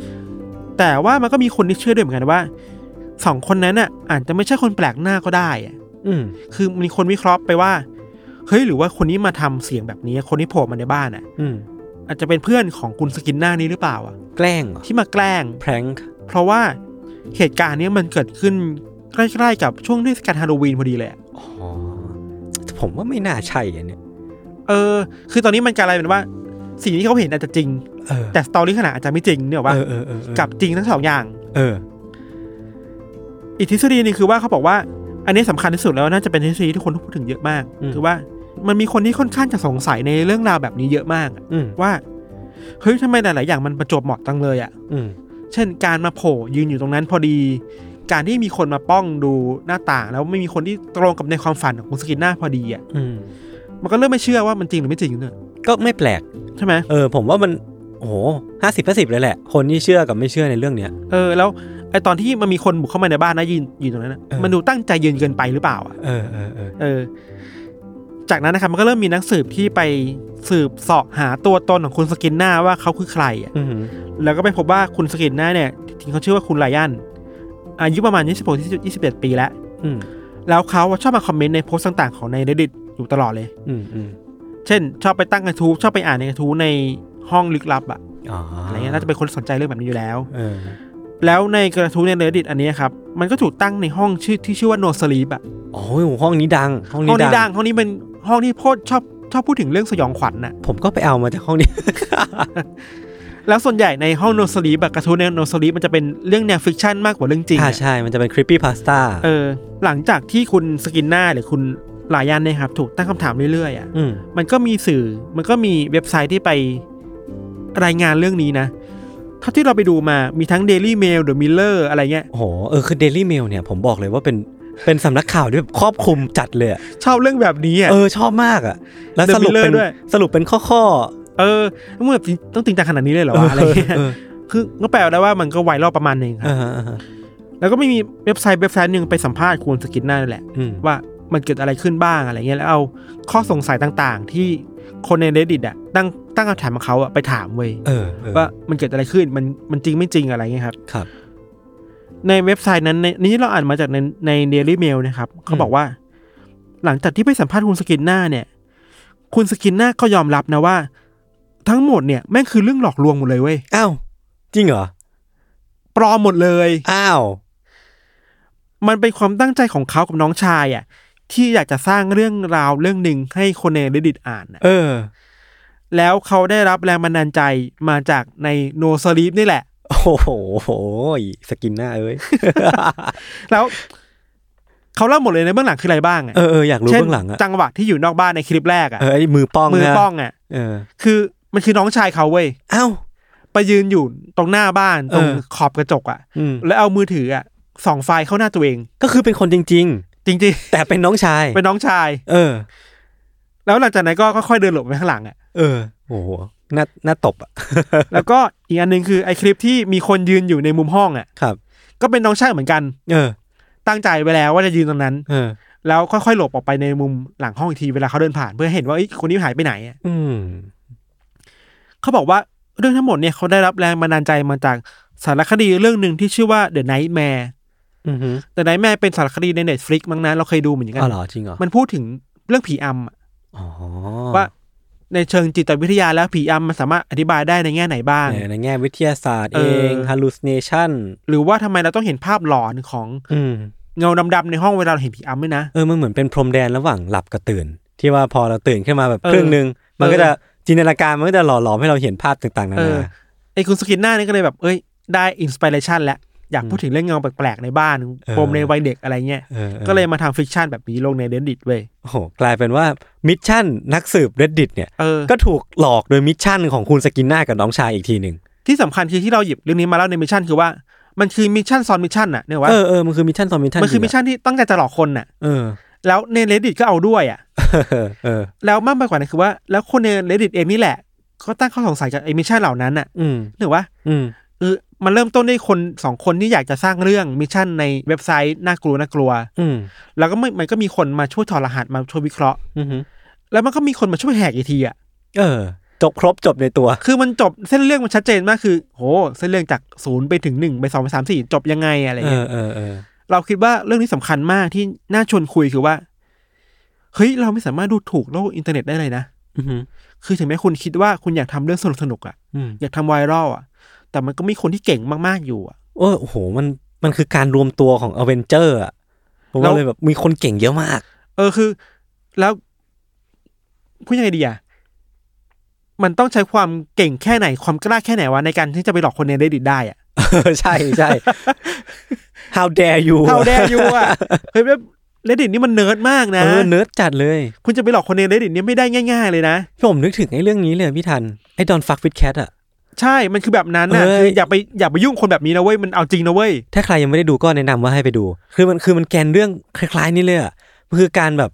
Speaker 3: แต่ว่ามันก็มีคนที่เชื่อด้วยเหมือนกันว่าสองคนนั้นน่ะอาจจะไม่ใช่คนแปลกหน้าก็ได้อะ
Speaker 2: อืม
Speaker 3: คือมีคนวิเคราะห์ไปว่าเฮ้ยหรือว่าคนนี้มาทำเสียงแบบนี้คนที่โผล่มาในบ้านอ่ะ
Speaker 2: อืม
Speaker 3: อาจจะเป็นเพื่อนของคุณสกินหน้านี้หรือเปล่าอ่ะ
Speaker 2: แกล้งเหรอ
Speaker 3: ที่มาแกล้ง
Speaker 2: แพร้งค์
Speaker 3: เพราะว่าเหตุการณ์เนี้ยมันเกิดขึ้นใกล้ๆกับช่วงเทศกาลฮาโลวีนพอดีเลยอะ
Speaker 2: อ๋อ ผมว่าไม่น่าใช่อันเนี้ย
Speaker 3: เออ คือตอนนี้มันกลายเป็นว่า สิ่งที่เขาเห็นอาจจะจริง
Speaker 2: เออ
Speaker 3: แต่สตอรี่ขนาดอาจจะไม่จริงเนี่ยหรอว่า
Speaker 2: เออเออเออเออ
Speaker 3: กับจริงทั้งสองอย่าง
Speaker 2: เออ
Speaker 3: อีกทฤษฎีหนึงคือว่าเขาบอกว่า อันนี้สำคัญที่สุดแล้วน่าจะเป็นทฤษฎีที่คนพูดถึงเยอะมาก
Speaker 2: อืม
Speaker 3: คือว่ามันมีคนที่ค่อนข้างจะสงสัยในเรื่องราวแบบนี้เยอะมากอะ
Speaker 2: อืม
Speaker 3: ว่าเฮ้ยทำไมหลาย ๆ อย่างมันประจวบเหมาะจังเลยอะ่ะ
Speaker 2: อืม
Speaker 3: เช่น การมาโผล่ยืนอยู่ตรงนั้นพอดี การที่มีคนมาป้องดูหน้าต่าง แล้วไม่มีคนที่ตรงกับในความฝันของคุณสกินหน้าพอดีอ่ะ
Speaker 2: อืม
Speaker 3: มันก็เริ่มไม่เชื่อว่ามันจริงหรือไม่จริงเนี่ย
Speaker 2: ก็ไม่แปลก
Speaker 3: ใช่ไหม
Speaker 2: เออ ผมว่ามันโอ้โหห้าสิบห้าสิบเลยแหละ คนที่เชื่อกับไม่เชื่อในเรื่องเนี้ย
Speaker 3: เออแล้วไอตอนที่มันมีคนบุกเข้ามาในบ้านนะยืนยืนตรงนั้นนะ
Speaker 2: เออ
Speaker 3: มันดูตั้งใจยืนเกินไปหรือเปล่าอ่ะ
Speaker 2: เออเออเออ
Speaker 3: เออ จากนั้นนะครับมันก็เริ่มมีนักสืบที่ไปสืบเสาะหาตัวตนของคุณสกินหน้าว่าเขาคือใครอะ
Speaker 2: อือหือ
Speaker 3: แล้วก็ไปพบว่าคุณสกินหน้าเนี่ยจริงๆเขาชื่อว่าคุณไรอันอายุประมาณ 26 21 ปีแล้ว
Speaker 2: อืม
Speaker 3: แล้วเขาอะชอบมาคอมเมนต์ในโพสต์ต่างๆ ของใน reddit อยู่ตลอดเลย
Speaker 2: อืมอืม
Speaker 3: เช่น ชอบไปตั้งกระทู้ชอบไปอ่านในกระทู้ในห้องลึกลับอะ
Speaker 2: อ๋ออะ
Speaker 3: อะไรเงี้ยน่าจะเป็นคนสนใจเรื่องแบบนี้อยู่แล้ว
Speaker 2: เออ
Speaker 3: แล้วในกระทู้ใน reddit อันเนี้ยครับมันก็ถูกตั้งในห้องชื่อที่ชื่อว่า no sleep อะ
Speaker 2: โอ้ยห้องนี้ดัง ห้อง
Speaker 3: ห้อ
Speaker 2: นี้
Speaker 3: งนี้
Speaker 2: ดั
Speaker 3: ดั
Speaker 2: ง
Speaker 3: งห้องนี้เป็นห้องที่โพสต์ชอบชอบพูดถึงเรื่องสยองขวัญน่ะ
Speaker 2: ผมก็ไปเอามาจากห้องนี้
Speaker 3: แล้วส่วนใหญ่ในห้องโนสลีแบบกระทู้ในโนสลีมันจะเป็นเรื่องแนวฟิกชันมากกว่าเรื่องจริง
Speaker 2: อ่า
Speaker 3: อะ
Speaker 2: ใช่ มันจะเป็นคริปปี้พาสต้า
Speaker 3: เออ หลังจากที่คุณสกินหน้าหรือคุณลายันเนี่ยครับ ถูกตั้งคำถามเรื่อยๆอ่ะ
Speaker 2: อืม
Speaker 3: มันก็มีสื่อมันก็มีเว็บไซต์ที่ไปรายงานเรื่องนี้นะเท่าที่เราไปดูมามีทั้ง Daily Mail หรือ Miller อะไรเงี้ย
Speaker 2: โอ้โห เออ คือ Daily Mail เนี่ย ผมบอกเลยว่าเป็น เป็นสำนักข่าวที่แบบครอบคลุมจัดเลยอะ
Speaker 3: ชอบเรื่องแบบนี้อ่ะ
Speaker 2: เออ ชอบมากอ่ะ แล้ว
Speaker 3: The
Speaker 2: สรุปเป็น
Speaker 3: Miller ด้วย
Speaker 2: สรุปเป็นข้อข้อ
Speaker 3: เออต้องแบบต้องจริงจังขนาดนี้เลยเหรอวะอะไรเงี้ย
Speaker 2: เออ
Speaker 3: คือก็แปลได้ว่ามันก็ไวรัลประมาณหนึ่งค
Speaker 2: เอ
Speaker 3: รับ
Speaker 2: อเออเออ
Speaker 3: แล้วก็ไม่มีเว็บไซต์เว็บไซต์หนึ่งไปสัมภาษณ์คุณสกินหน้านั่นแหละ
Speaker 2: อืม
Speaker 3: ว่ามันเกิดอะไรขึ้นบ้างอะไรเงี้ยแล้วเอาข้อสงสัยต่างๆ ที่คนใน reddit อะตั้งตั้งคำถามของเขาอะไปถามเว้ย
Speaker 2: เออเออ
Speaker 3: ว่ามันเกิดอะไรขึ้นมันมันจริงไม่จริงอะไรเงี้ยครับ
Speaker 2: ครับ
Speaker 3: ในเว็บไซต์นั้นในนี่เราอ่านมาจากในในเดลี่เมลนะครับเขาบอกว่า หลังจากที่ไปสัมภาษณ์คุณสกินหน้าเนี่ย คุณสกินหน้าก็ยอมรับนะว่า ทั้งหมดเนี่ยแม่งคือเรื่องหลอกลวงหมดเลยเว้ย
Speaker 2: อ้าว จริงเหรอ
Speaker 3: ปลอมหมดเลย
Speaker 2: อ้าว
Speaker 3: มันเป็นความตั้งใจของเขากับน้องชายอะที่อยากจะสร้างเรื่องราวเรื่องหนึ่งให้คนใน reddit อ่านอะ
Speaker 2: เออ
Speaker 3: แล้วเขาได้รับแรงบันดาลใจมาจากในโนสลีปนี่แหละ
Speaker 2: โอ้โหสกินหน้าเอ้ย
Speaker 3: แล้วเขาเล่าหมดเลยในเบื้องหลังคืออะไรบ้างอะ
Speaker 2: เออเอออยากรู้
Speaker 3: เช่น
Speaker 2: เบื้องหลังอะ
Speaker 3: จังหวะที่อยู่นอกบ้านในคลิปแรกอะ
Speaker 2: เออไอ้มือป้อง
Speaker 3: มือ
Speaker 2: นะ
Speaker 3: ป้องอะ
Speaker 2: เออ
Speaker 3: คือมันคือน้องชายเขาเว้ย
Speaker 2: อ้าว
Speaker 3: ไปยืนอยู่ตรงหน้าบ้านตรง
Speaker 2: เออ
Speaker 3: ขอบกระจกอะ
Speaker 2: อืม
Speaker 3: แล้วเอามือถืออะส่องไฟเข้าหน้าตัวเอง
Speaker 2: ก็คือเป็นคนจริง
Speaker 3: จริง
Speaker 2: ๆ แต่เป็นน้องชาย
Speaker 3: ๆ เป็นน้องชาย
Speaker 2: เออ
Speaker 3: แล้วหลังจากนั้นก็ค่อยๆเดินหลบไปข้างหลังอะ
Speaker 2: เออโอ้โหน่าน่าตบอ่ะ
Speaker 3: แล้วก็อีกอันหนึ่งคือไอ้คลิปที่มีคนยืนอยู่ในมุมห้องอะ
Speaker 2: ครับ
Speaker 3: ก็เป็นน้องชายเหมือนกัน
Speaker 2: เออ
Speaker 3: ตั้งใจไว้แล้วว่าจะยืนตรงนั้น
Speaker 2: เออ
Speaker 3: แล้วค่อยๆ หลบออกไปในมุมหลังห้องอีกทีเวลาเขาเดินผ่านเพื่อเห็นว่าเอ้ยคนนี้หายไปไหนอะ
Speaker 2: อืม
Speaker 3: เขาบอกว่าเรื่องทั้งหมดเนี่ยเขาได้รับแรงบันดาลใจมาจากสารคดีเรื่องหนึ่งที่ชื่อว่า The Nightmare
Speaker 2: อือฮึ
Speaker 3: The Nightmare เป็นสารคดีใน Netflix มั้งนะเราเคยดูเหมือนกั
Speaker 2: อ๋อน เหรอจริงเหรอ
Speaker 3: มันพูดถึงเรื่องผีอำอะ
Speaker 2: อ๋อ
Speaker 3: ว่าในเชิงจิตวิทยาแล้วผีอำมันสามารถอธิบายได้ในแง่ไหนบ้าง
Speaker 2: ในในแง่วิทยาศาสตร์
Speaker 3: เอ
Speaker 2: เอ
Speaker 3: อ
Speaker 2: ง hallucination
Speaker 3: หรือว่าทำไมเราต้องเห็นภาพหลอนของ
Speaker 2: อืม
Speaker 3: เงาดำๆในห้องเวลาเราเห็นผีอำด้วยนะ
Speaker 2: เออ มันเหมือนเป็นพรมแดนระหว่างหลับกับตื่น ที่ว่าพอเราตื่นขึ้นมาแบบ
Speaker 3: เออ
Speaker 2: ครึ่งหนึ่งมันก็
Speaker 3: เออ
Speaker 2: จะจินตนาการมันก็จะหล่อหลอมให้เราเห็นภาพต่างๆนา
Speaker 3: เออ
Speaker 2: นา
Speaker 3: ไอ้คุณสกินหน้านี่ก็เลยแบบเอ้ยได้อินสปิเรชันแล้วอยากพูดถึงเรื่องเงาแปลกๆในบ้าน
Speaker 2: เออ
Speaker 3: ปมในวัยเด็กอะไรเงี้ย
Speaker 2: ออออ
Speaker 3: ก็เลยมาทำฟิกชันแบบนี้ลงในเดนดิตเว้ย
Speaker 2: โอ้โหกลายเป็นว่ามิชชั่นนักสืบ reddit เนี่ย
Speaker 3: เออ
Speaker 2: ก็ถูกหลอกโดยมิชชั่นของคุณสกินหน้ากับน้องชายอีกทีหนึ่ง
Speaker 3: ที่สำคัญคือที่เราหยิบเรื่องนี้มาเล่าในมิชชั่นคือว่ามันคือมิชชั่นซ้อนมิชชั่นน่ะเนี่ยว่า
Speaker 2: เออเออมันคือมิชชั่นซ้อนมิชชั่น
Speaker 3: มันคือมิช
Speaker 2: จริง
Speaker 3: ชั่นที่ตั้งใจจะหลอกคนน่ะ
Speaker 2: ๆเออ
Speaker 3: แล้วในเ e ดดิตก็เอาด้วยอ่ะ
Speaker 2: เออเออ
Speaker 3: แล้วมากไปกว่านั้นคือว่า แล้วคนในเ e ดดิตเองนี่แหละ ก็ตั้งข้อสงสัยกับไอ้มิชชั่นเหล่านั้นน่ะ
Speaker 2: อืม
Speaker 3: นึกว่า
Speaker 2: อืม
Speaker 3: เออมันเริ่มต้นด้วยคนสองคนที่อยากจะสร้างเรื่องมิชชั่นในเว็บไซต์น่ากลัวน่ากลัว
Speaker 2: อืม
Speaker 3: แล้วก็ไม่มันก็มีคนมาช่วยถอดรหัสมาช่วยวิเคราะห์
Speaker 2: อืม
Speaker 3: แล้วมันก็มีคนมาช่วยแหกอีกทีอ่ะ
Speaker 2: เออ จบครบจบในตัว
Speaker 3: คือมันจบเส้นเรื่องมันชัดเจนมากคือโหเส้นเรื่องจากศูนย์ไปถึงหนึ่งไปสองไปสามสี่จบยังไงอะไร
Speaker 2: เอ
Speaker 3: เงี้
Speaker 2: อย เออเออ
Speaker 3: เราคิดว่าเรื่องนี้สำคัญมากที่น่าชวนคุยคือว่าเฮ้ยเราไม่สามารถดูถูกโลกอินเทอร์เน็ตได้เลยนะ
Speaker 2: อืม
Speaker 3: คือถึงแม้คุณคิดว่าคุณอยากทำเรื่องสนุกสนุกๆอะ
Speaker 2: อืม
Speaker 3: อยากทำไวรัลอะแต่มันก็มีคนที่เก่งมากๆอยู่อะ
Speaker 2: โอ้โหมันมันคือการรวมตัวของอเวนเจอร์อ่ะผ
Speaker 3: แล้ว
Speaker 2: ม่าว เลยแบบมีคนเก่งเยอะมาก
Speaker 3: เออคือ แล้วพูดยังไงดีอะมันต้องใช้ความเก่งแค่ไหนความกล้าแค่ไหนวะในการที่จะไปหลอกคนในเดดิตได้อะ
Speaker 2: ใช่ใช่ how dare you
Speaker 3: เท่าแดงอยู่ อ่ะ เฮ้ยเลดิตนี่มันเนิร์ดมากนะ
Speaker 2: เออเนิร์ดจัดเลย
Speaker 3: คุณจะไปหลอกคนในเลดิตนี่ไม่ได้ง่าย ๆ เลยนะ
Speaker 2: พี่ผมนึกถึงไอ้เรื่องนี้เลยพี่ทันไอ้ดอนฟักฟิตแคทอ่ะ
Speaker 3: ใช่ มันคือแบบนั้นนะ
Speaker 2: เอ้ย
Speaker 3: คืออย่าไปอย่าไปยุ่งคนแบบนี้นะเว้ย มันเอาจริงนะเว้ย
Speaker 2: ถ้าใครยังไม่ได้ดูก็แนะนำว่าให้ไปดู คือมันคือมันแกนเรื่องคล้ายๆนี่เลยอ่ะมันคือการแบบ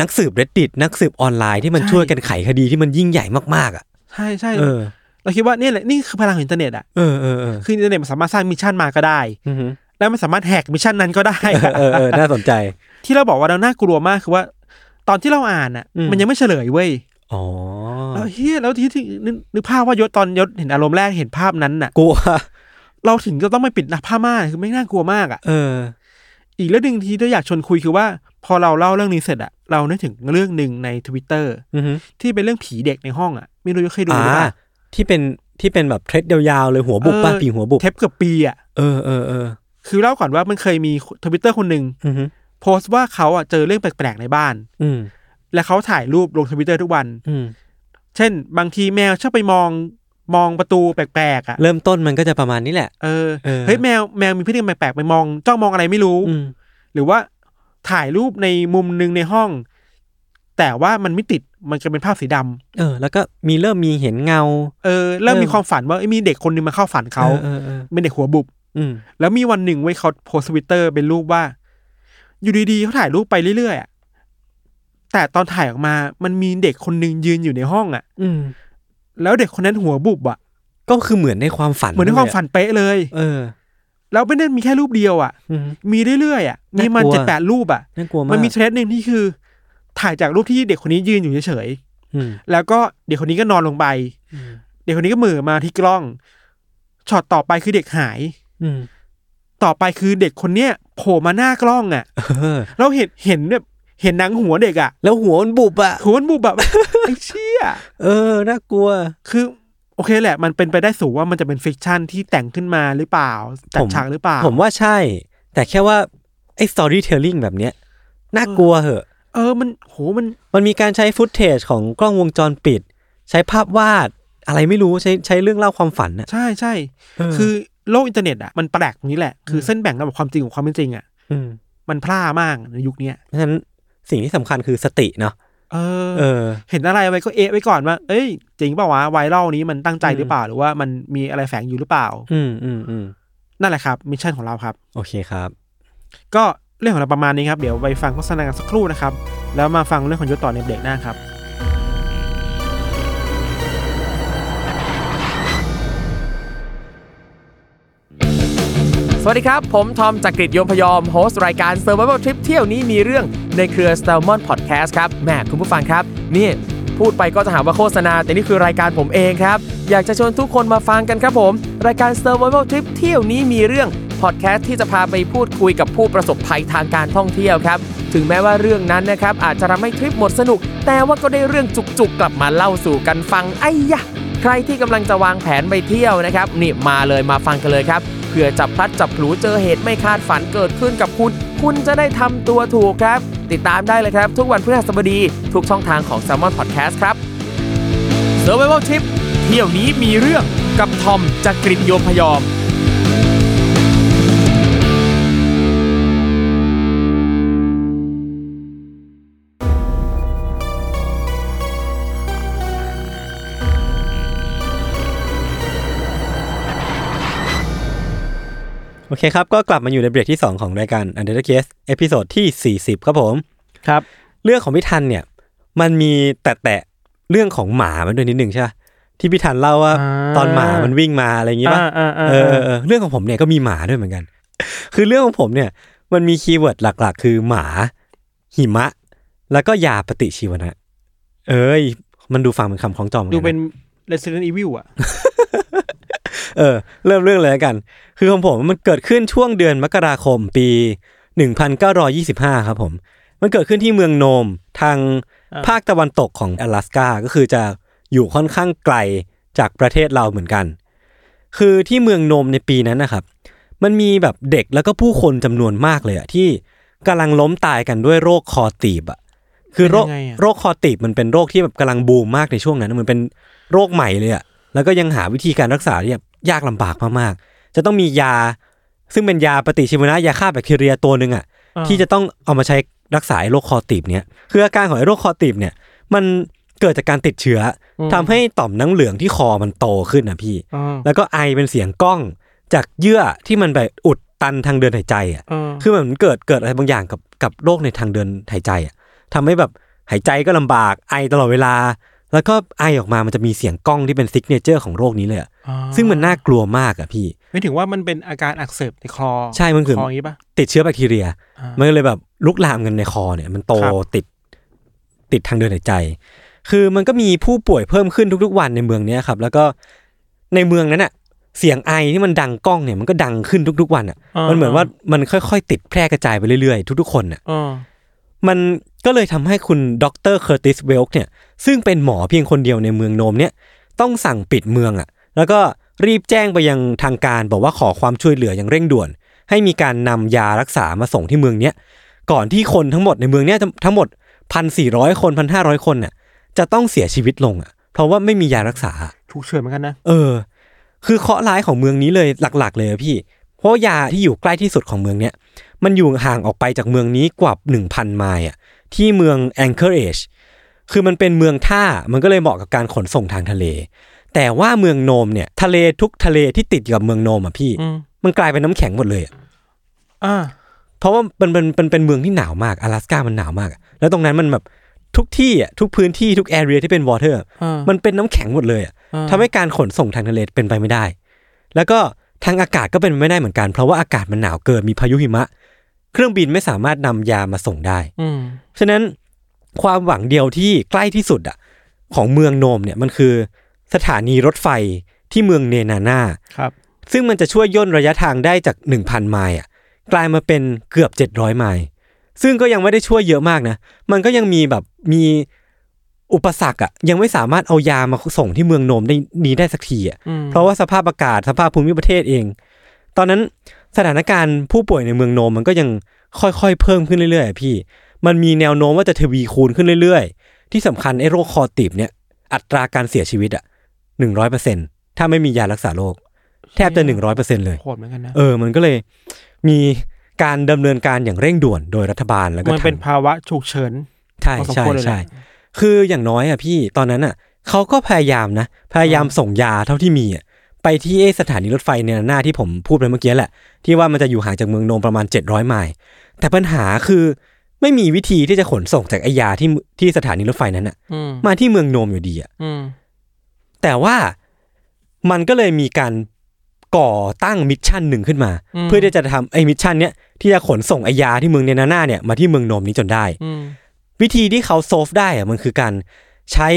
Speaker 2: นักสืบ reddit นักสืบออนไลน์ที่มัน
Speaker 3: ใช่
Speaker 2: ช่วยกันไขคดีที่มันยิ่งใหญ่มากๆอ่ะ
Speaker 3: ใช่ใช่
Speaker 2: เออ
Speaker 3: เราคิดว่าเนี่ยแหละนี่คือพลังของอินเทอร์เน็ตอ่ะ
Speaker 2: เออเออเออ
Speaker 3: คืออินเทอร์เน็ตมันสามารถสร้างมิชชั่นมาก็ได้
Speaker 2: อือฮึ
Speaker 3: แล้วมันสามารถแหกมิชชั่นนั้น ก็ได้
Speaker 2: เออเออน่าสนใจ
Speaker 3: ที่เราบอกว่าเราน่ากลัวมากคือว่า ตอนที่เราอ่านอ่ะ
Speaker 2: อืม
Speaker 3: มันยังไม่เฉลยเว้ย
Speaker 2: อ๋อ
Speaker 3: แล้วเฮียแล้วที่ที่นึกนึกภาพว่ายศตอนยศเห็นอารมณ์แรกเห็นภาพนั้นน่ะ
Speaker 2: กลัว
Speaker 3: เราถึงจะต้องไปปิดหน้าผ้าม่านคือไม่น่ากลัวมากอ่ะ
Speaker 2: เออ
Speaker 3: อีกเรื่องหนึ่งที่เราอยากชวนคุยคือว่า พอเราเล่าเรื่องนี้เสร็จอ่ะเรานึกถึงเรื่องหนึ่งในทวิตเตอร์
Speaker 2: อือฮึ
Speaker 3: ที่เป็นเรื่องผีเด็กในห้องอ่ะไม่รู้เคยดูหรือเป
Speaker 2: อ่า
Speaker 3: ล่า
Speaker 2: ที่เป็นที่เป็นแบบเทรดยาวๆเลยหัวบุกป้า
Speaker 3: เออ
Speaker 2: ปีหัวบุก
Speaker 3: เทปเกือบปีอ่ะ
Speaker 2: เออเออเออ
Speaker 3: คือเล่าก่อนว่ามันเคยมีทวิตเตอร์คนหนึ่ง
Speaker 2: อือฮึ
Speaker 3: โพสต์ว่าเขาอ่ะเจอเรื่องแปลกๆในบ้าน
Speaker 2: อืม
Speaker 3: และเขาถ่ายรูปลงทวิตเตอร์ทุกวัน
Speaker 2: อืม
Speaker 3: เช่น บางทีแมวชอบไปมองมองประตูแปลกๆอ่ะ
Speaker 2: เริ่มต้นมันก็จะประมาณนี้แหละ
Speaker 3: เออ
Speaker 2: เออ
Speaker 3: เฮ้ยแมวแมวมีพฤติกรรมแปลกๆไปมองจ้องมองอะไรไม่รู้
Speaker 2: อืม
Speaker 3: หรือว่าถ่ายรูปในมุมหนึ่งในห้อง แต่ว่ามันไม่ติดมันจะเป็นภาพสีดำ
Speaker 2: เออ แล้วก็มีเริ่มมีเห็นเงา
Speaker 3: เออเริ่ม
Speaker 2: เออ
Speaker 3: มีความฝันว่าเอ้ยมีเด็กคนหนึงมาเข้าฝันเขา
Speaker 2: เออเออเออ
Speaker 3: เป็นเด็กหัวบุบ
Speaker 2: อืม
Speaker 3: แล้วมีวันหนึ่งเว้ยเขาโพสต์ทวิตเตอร์เป็นรูปว่า อยู่ดีๆเขาถ่ายรูปไปเรื่อยๆอะแต่ตอนถ่ายออกมา มันมีเด็กคนหนึ่งยืนอยู่ในห้องอ่ะ
Speaker 2: อืม
Speaker 3: แล้วเด็กคนนั้นหัวบุบอ่ะ
Speaker 2: ก็คือเหมือนในความฝัน
Speaker 3: เหมือนในความฝันเป๊ะเลย
Speaker 2: เออ
Speaker 3: แล้วไม่ได้มีแค่รูปเดียวอ่ะ
Speaker 2: อืม
Speaker 3: มีเรื่อยๆอ่ะมีมัน
Speaker 2: น่ากลัว
Speaker 3: เจ็ดแปดรูปอ่ะ
Speaker 2: น่ากลัวมาก
Speaker 3: มันมีเทรนด์หนึ่งที่คือ ถ่ายจากรูปที่เด็กคนนี้ยืนอยู่เฉย
Speaker 2: อืม
Speaker 3: ๆแล้วก็เด็กคนนี้ก็นอนลงไป
Speaker 2: อืม
Speaker 3: เด็กคนนี้ก็เหมือมาที่กล้องช็อตต่อไปคือเด็กหาย
Speaker 2: อืม
Speaker 3: ต่อไปคือเด็กคนเนี้ยโผล่มาหน้ากล้อง อ่ะ
Speaker 2: เออ
Speaker 3: เราเห็นเห็นแบบเห็นหนังหัวเด็ก อะ
Speaker 2: แล้วหัวมันบุบอ่ะ
Speaker 3: หัวมันบุบ แบบ ไอ้เชี่ย
Speaker 2: เออ น่ากลัว
Speaker 3: คือ โอเคแหละ มันเป็นไปได้สูงว่ามันจะเป็นฟิกชันที่แต่งขึ้นมาหรือเปล่าจัด
Speaker 2: ผม
Speaker 3: ฉากหรือเปล่า
Speaker 2: ผมว่าใช่ แต่แค่ว่า ไอ้ storytelling แบบเนี้ย น่ากลัวเหอะ
Speaker 3: เออมันโหมัน
Speaker 2: มันมีการใช้ฟุตเทจของกล้องวงจรปิด ใช้ภาพวาด อะไรไม่รู้ ใช้ใช้เรื่องเล่าความฝันน่ะ
Speaker 3: ใช่ใช่
Speaker 2: เออ
Speaker 3: คือโลกอินเทอร์เน็ตอะมันแปลกตรงนี้แหละ คือเส้นแบ่งระหว่างความจริงกับความไม่จริงอะ
Speaker 2: อืม
Speaker 3: มันพลาดมากในยุคเนี้ย
Speaker 2: เพราะฉะนั้นสิ่งที่สำคัญคือสติเนาะ
Speaker 3: เออ
Speaker 2: เออ
Speaker 3: เห็นอะไรไว้ก็เอะไว้ก่อนว่า เอ้ยจริงเปล่าวะไวรัลนี้มันตั้งใจหรือเปล่าหรือว่ามันมีอะไรแฝงอยู่หรือเปล่า
Speaker 2: อืมอืมอืม
Speaker 3: นั่นแหละครับมิชชั่นของเราครับ
Speaker 2: โอเคครับ
Speaker 3: ก็เรื่องของเราประมาณนี้ครับ เดี๋ยวไปฟังโฆษณากันสักครู่นะครับ แล้วมาฟังเรื่องของยศต่อในเบรกหน้าครับ
Speaker 4: สวัสดีครับ ผมทอมจากกรีฑยมพยอม โฮสต์รายการ Survival Trip เที่ยวนี้มีเรื่องในเครือ s t a l m o n Podcast ครับแหมคุณผู้ฟังครับ นี่ พูดไปก็จะหาว่าโฆษณา แต่นี่คือรายการผมเองครับ อยากจะชวนทุกคนมาฟังกันครับผม รายการ Survival Trip เที่ยวนี้มีเรื่องพอดแคสต์ที่จะพาไปพูดคุยกับผู้ประสบภัยทางการท่องเที่ยวครับ ถึงแม้ว่าเรื่องนั้นนะครับอาจจะทำให้ทริปหมดสนุก แต่ว่าก็ได้เรื่องจุกๆกลับมาเล่าสู่กันฟังไอ้ยะ ใครที่กำลังจะวางแผนไปเที่ยวนะครับนี่มาเลยมาฟังกันเลยครับเผื่อจับพลัดจับผลูเจอเหตุไม่คาดฝันเกิดขึ้นกับคุณ คุณจะได้ทำตัวถูกครับ ติดตามได้เลยครับ ทุกวันพฤหัสบดีทุกช่องทางของ s ซ l m o n Podcast ครับ s u r v i v a l Trip เที่ยวนี้มีเรื่องกับทอมจากกริฑโยมพยอม
Speaker 2: โอเคครับ ก็กลับมาอยู่ในเบรกที่ 2 ของรายการ u n d e r t a k e เอพิโซดที่ 40 ครับผม
Speaker 3: ครับ
Speaker 2: เรื่องของพี่ทันเนี่ย มันมีแตะแตะเรื่องของหมามันด้วยนิดหนึ่งใช่ปะที่พี่ทันเล่าว่า
Speaker 3: อ่า
Speaker 2: ตอนหมามันวิ่งมาอะไรอย่างงี้ป่ะ
Speaker 3: อ่าอ่า
Speaker 2: เออเออเออเรื่องของผมเนี่ยก็มีหมาด้วยเหมือนกัน คือเรื่องของผมเนี่ย มันมีคีย์เวิร์ดหลัก ๆ คือหมา หิมะ แล้วก็ยาปฏิชีวนะ เอ้ย มันดูฟังเป็นคำคล้องจองหมือกั
Speaker 3: ดู
Speaker 2: นะ
Speaker 3: เป็น Resident Evil อ่ะ
Speaker 2: เออเริ่มเรื่องเลยแล้วกัน คือของผมมันเกิดขึ้นช่วงเดือนมกราคมปี 1925 ครับผม มันเกิดขึ้นที่เมืองโนมทาง
Speaker 3: อ่า
Speaker 2: ภาคตะวันตกของ阿拉斯าก็คือจะอยู่ค่อนข้างไกลจากประเทศเราเหมือนกัน คือที่เมืองโนมในปีนั้นนะครับ มันมีแบบเด็กแล้วก็ผู้คนจำนวนมากเลยอะที่กำลังล้มตายกันด้วยโรคคอตีบอะคือโรค
Speaker 3: เป็นยังไงอะ
Speaker 2: โรคคอตีบมันเป็นโรคที่แบบกำลังบูมมากในช่วงนั้นมันเป็นโรคใหม่เลยอะแล้วก็ยังหาวิธีการรักษาที่แบบยากลำบากมากๆ จะต้องมียา ซึ่งเป็นยาปฏิชีวนะยาฆ่าแบคทีเรียตัวหนึ่งอะ ที่จะต้องเอามาใช้รักษาไอ้โรคคอตีบเนี่ยคืออาการของไอ้โรคคอตีบเนี่ย มันเกิดจากการติดเชื้ออ
Speaker 3: ม
Speaker 2: ทำให้ต่อมน้ำเหลืองที่คอมันโตขึ้นนะพี่
Speaker 3: อ่า
Speaker 2: แล้วก็ไอเป็นเสียงก้อง จากเยื่อที่มันไปอุดตันทางเดินหายใจอ่ะ
Speaker 3: อ่า
Speaker 2: คือเหมือนเกิดเกิดอะไรบางอย่างกับกับโรคในทางเดินหายใจอ่ะ ทำให้แบบหายใจก็ลำบากไอตลอดเวลา แล้วก็ไอออกมามันจะมีเสียงก้องที่เป็นซิกเนเจอร์ของโรคนี้เลยอะซึ่งมันน่ากลัวมากอะพี่
Speaker 3: ไม่ถึงว่ามันเป็นอาการอักเสบในคลอ
Speaker 2: ใช่มันคือ
Speaker 3: คลออย่างนี้ปะ
Speaker 2: ติดเชื้อแบคทีเรีย
Speaker 3: อ่า
Speaker 2: มั
Speaker 3: มั
Speaker 2: นก็เลยแบบลุกลามกันในคอเนี่ย มันโต
Speaker 3: ครับ
Speaker 2: ติดติดทางเดินหายใจ คือมันก็มีผู้ป่วยเพิ่มขึ้นทุกๆวันในเมืองเนี้ยครับ แล้วก็ในเมืองนั้นอะเสียงไอที่มันดังก้องเนี่ยมันก็ดังขึ้นทุกๆวันอะมันเหมือนว่ามันค่อยๆ ติดแพร่กระจายไปเรื่อยๆ ทุกๆคนอะ
Speaker 3: อ่า
Speaker 2: มันก็เลยทำให้คุณดรเคอร์ติสเวลค์เนี่ยซึ่งเป็นหมอเพียงคนเดียวในเมืองโนมเนี่ยต้องสั่งปิดเมืองอะ่ะแล้วก็รีบแจ้งไปยังทางการบอกว่าขอความช่วยเหลืออย่างเร่งด่วน ให้มีการนำยารักษามาส่งที่เมืองเนี้ยก่อนที่คนทั้งหมดในเมืองเนี้ยทั้งทั้งหมดพันสี่ร้อยคนพันห้าร้อยคนน่ะจะต้องเสียชีวิตลงอะ่ะเพราะว่าไม่มียารักษา
Speaker 3: ถูกเฉือนเหมือนกันนะ
Speaker 2: เออ คือเคราะห์ร้ายของเมืองนี้เลยหลัก ๆ เลยอะพี่ เพราะยาที่อยู่ใกล้ที่สุดของเมืองเนี้ย มันอยู่ห่างออกไปจากเมืองนี้กว่า 1,000 ไมล์อะที่เมือง Anchorage คือมันเป็นเมืองท่า มันก็เลยเหมาะกับการขนส่งทางทะเล แต่ว่าเมืองโนมเนี่ย ทะเลทุกทะเลที่ติดอยู่กับเมืองโนมอ่ะพี่
Speaker 3: อืม
Speaker 2: มันกลายเป็นน้ำแข็งหมดเลยอะ
Speaker 3: อ่า
Speaker 2: เพราะว่ามันเป็นเป็นเป็นเมืองที่หนาวมาก阿拉สกามันหนาวมากอะแล้วตรงนั้นมันแบบทุกที่อ่ะทุกพื้นที่ทุกแอเรียที่เป็นวอเตอร์
Speaker 3: อ่า
Speaker 2: มันเป็นน้ำแข็งหมดเลยอะ
Speaker 3: อ่า
Speaker 2: ทำให้การขนส่งทางทะเลเป็นไปไม่ได้ แล้วก็ทางอากาศก็เป็นไปไม่ได้เหมือนกัน เพราะว่าอากาศมันหนาวเกิน มีพายุหิมะ เครื่องบินไม่สามารถนำยามาส่งได้
Speaker 3: อืม
Speaker 2: ฉะนั้นความหวังเดียวที่ใกล้ที่สุดอะของเมืองโนมเนี่ยมันคือสถานีรถไฟที่เมืองเนนาน่า
Speaker 3: ครับ
Speaker 2: ซึ่งมันจะช่วยย่นระยะทางได้จาก 1,000 ไมล์อะกลายมาเป็นเกือบ 700 ไมล์ ซึ่งก็ยังไม่ได้ช่วยเยอะมากนะ มันก็ยังมีแบบมีอุปสรรคอะยังไม่สามารถเอายามาส่งที่เมืองโนมได้นี้ได้สักทีอะ
Speaker 3: อืม
Speaker 2: เพราะว่าสภาพอากาศสภาพภูมิประเทศเอง ตอนนั้นสถานการณ์ผู้ป่วยในเมืองโนมมันก็ยังค่อยๆ เพิ่มขึ้นเรื่อยๆอะพี่ มันมีแนวโน้มว่าจะทวีคูณขึ้นเรื่อยๆ ที่สำคัญไอ้โรคคอตีบเนี่ย อัตราการเสียชีวิตอะหนึ่งร้อยเปอร์เซ็นถ้าไม่มียารักษาโรค แทบจะหนึ่งร้อยเปอร์เซ็นเลย
Speaker 3: โหดเหมือนกันนะ
Speaker 2: เออ มันก็เลยมีการดำเนินการอย่างเร่งด่วนโดยรัฐบาลแล้วก็
Speaker 3: มันเป็น
Speaker 2: ทาง
Speaker 3: ภาวะฉุกเฉิน
Speaker 2: ใช่
Speaker 3: พอสม
Speaker 2: ใช่
Speaker 3: ควรเลยแหละ
Speaker 2: ใช่ คืออย่างน้อยอ่ะพี่ตอนนั้นอ่ะเขาก็พยายามนะ พยายามส่งยาเท่าที่มีอ่ะไปที่ไอ้สถานีรถไฟเนยหน้าที่ผมพูดไปเมื่อกี้แหละ ที่ว่ามันจะอยู่ห่างจากเมืองโนมประมาณ 700 ไมล์แต่ปัญหาคือไม่มีวิธีที่จะขนส่งจากไอยาที่ที่สถานีรถไฟนั้นอ่ะ
Speaker 3: อืม
Speaker 2: มาที่เมืองโนมอยู่ดีอ่ะ
Speaker 3: อืม
Speaker 2: แต่ว่ามันก็เลยมีการก่อตั้งมิชชั่นหนึ่งขึ้นมา เพื่อที่จะทำไอ้มิชชั่นเนี้ยที่จะขนส่งไอยาที่เมืองเนนาน่าเนี่ยมาที่เมืองโนมนี้จนได้
Speaker 3: อืม
Speaker 2: วิธีที่เขาโซฟได้อะมันคือการใช้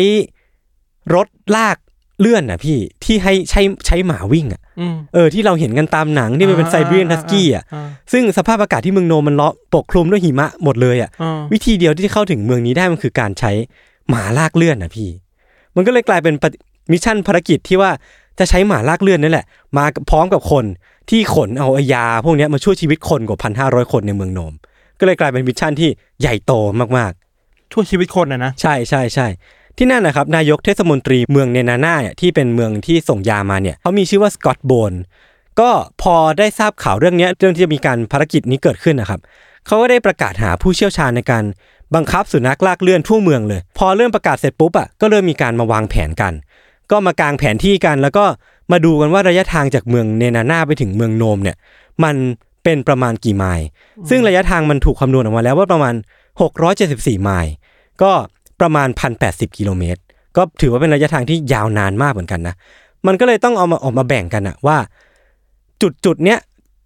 Speaker 2: รถลากเลื่อนอ่ะพี่ที่ให้ใช้ใช้หมาวิ่งอ่ะ
Speaker 3: อืม
Speaker 2: เออที่เราเห็นกันตามหนังที่มันเป็นไซบีเรียนทัสกี้อ่ะ
Speaker 3: า
Speaker 2: ซึ่งสภาพอากาศที่เมืองโนมมันเลาะปกคลุมด้วยหิมะหมดเลยอ่ะ
Speaker 3: อ่า
Speaker 2: วิธีเดียวที่จะเข้าถึงเมืองนี้ได้มันคือการใช้หมาลากเลื่อนนะพี่ มันก็เลยกลายเป็นปฏิมิชชั่นภารกิจที่ว่าจะใช้หมาลากเลื่อนนั่นแหละ มาพร้อมกับคนที่ขนเอาไอ้ยา พวกเนี้ยมาช่วยชีวิตคนกว่าพันห้าร้อยคนในเมืองโนม ก็เลยกลายเป็นมิชชั่นที่ใหญ่โตมาก
Speaker 3: ช่วยชีวิตคนนะนะ
Speaker 2: ๆ ใช่ใช่ใช่ที่นั่นนะครับนายกเทศมนตรีเมืองเนนาน่าเนี่ยที่เป็นเมืองที่ส่งยามาเนี่ยเขามีชื่อว่าสกอตโบนก็พอได้ทราบข่าวเรื่องเนี้ยเรื่องที่จะมีการภารกิจนี้เกิดขึ้นนะครับ เขาก็ได้ประกาศหาผู้เชี่ยวชาญในการบังคับสุนัขลากเลื่อนทั่วเมืองเลย พอเริ่มประกาศเสร็จปุ๊บอ่ะก็เริ่มมีการมาวางแผนกัน ก็มากางแผนที่กัน แล้วก็มาดูกันว่าระยะทางจากเมืองเนนาน่าไปถึงเมืองโนมเนี่ย มันเป็นประมาณกี่ไมล์ซึ่งระยะทางมันถูกคำนวณออกมาแล้วว่าประมาณ 674 ไมล์ก็ประมาณ 1,080 กิโลเมตร ก็ถือว่าเป็นระยะทางที่ยาวนานมากเหมือนกันนะมันก็เลยต้องเอามาออกมาแบ่งกันอะว่า จุดจุดๆเนี้ย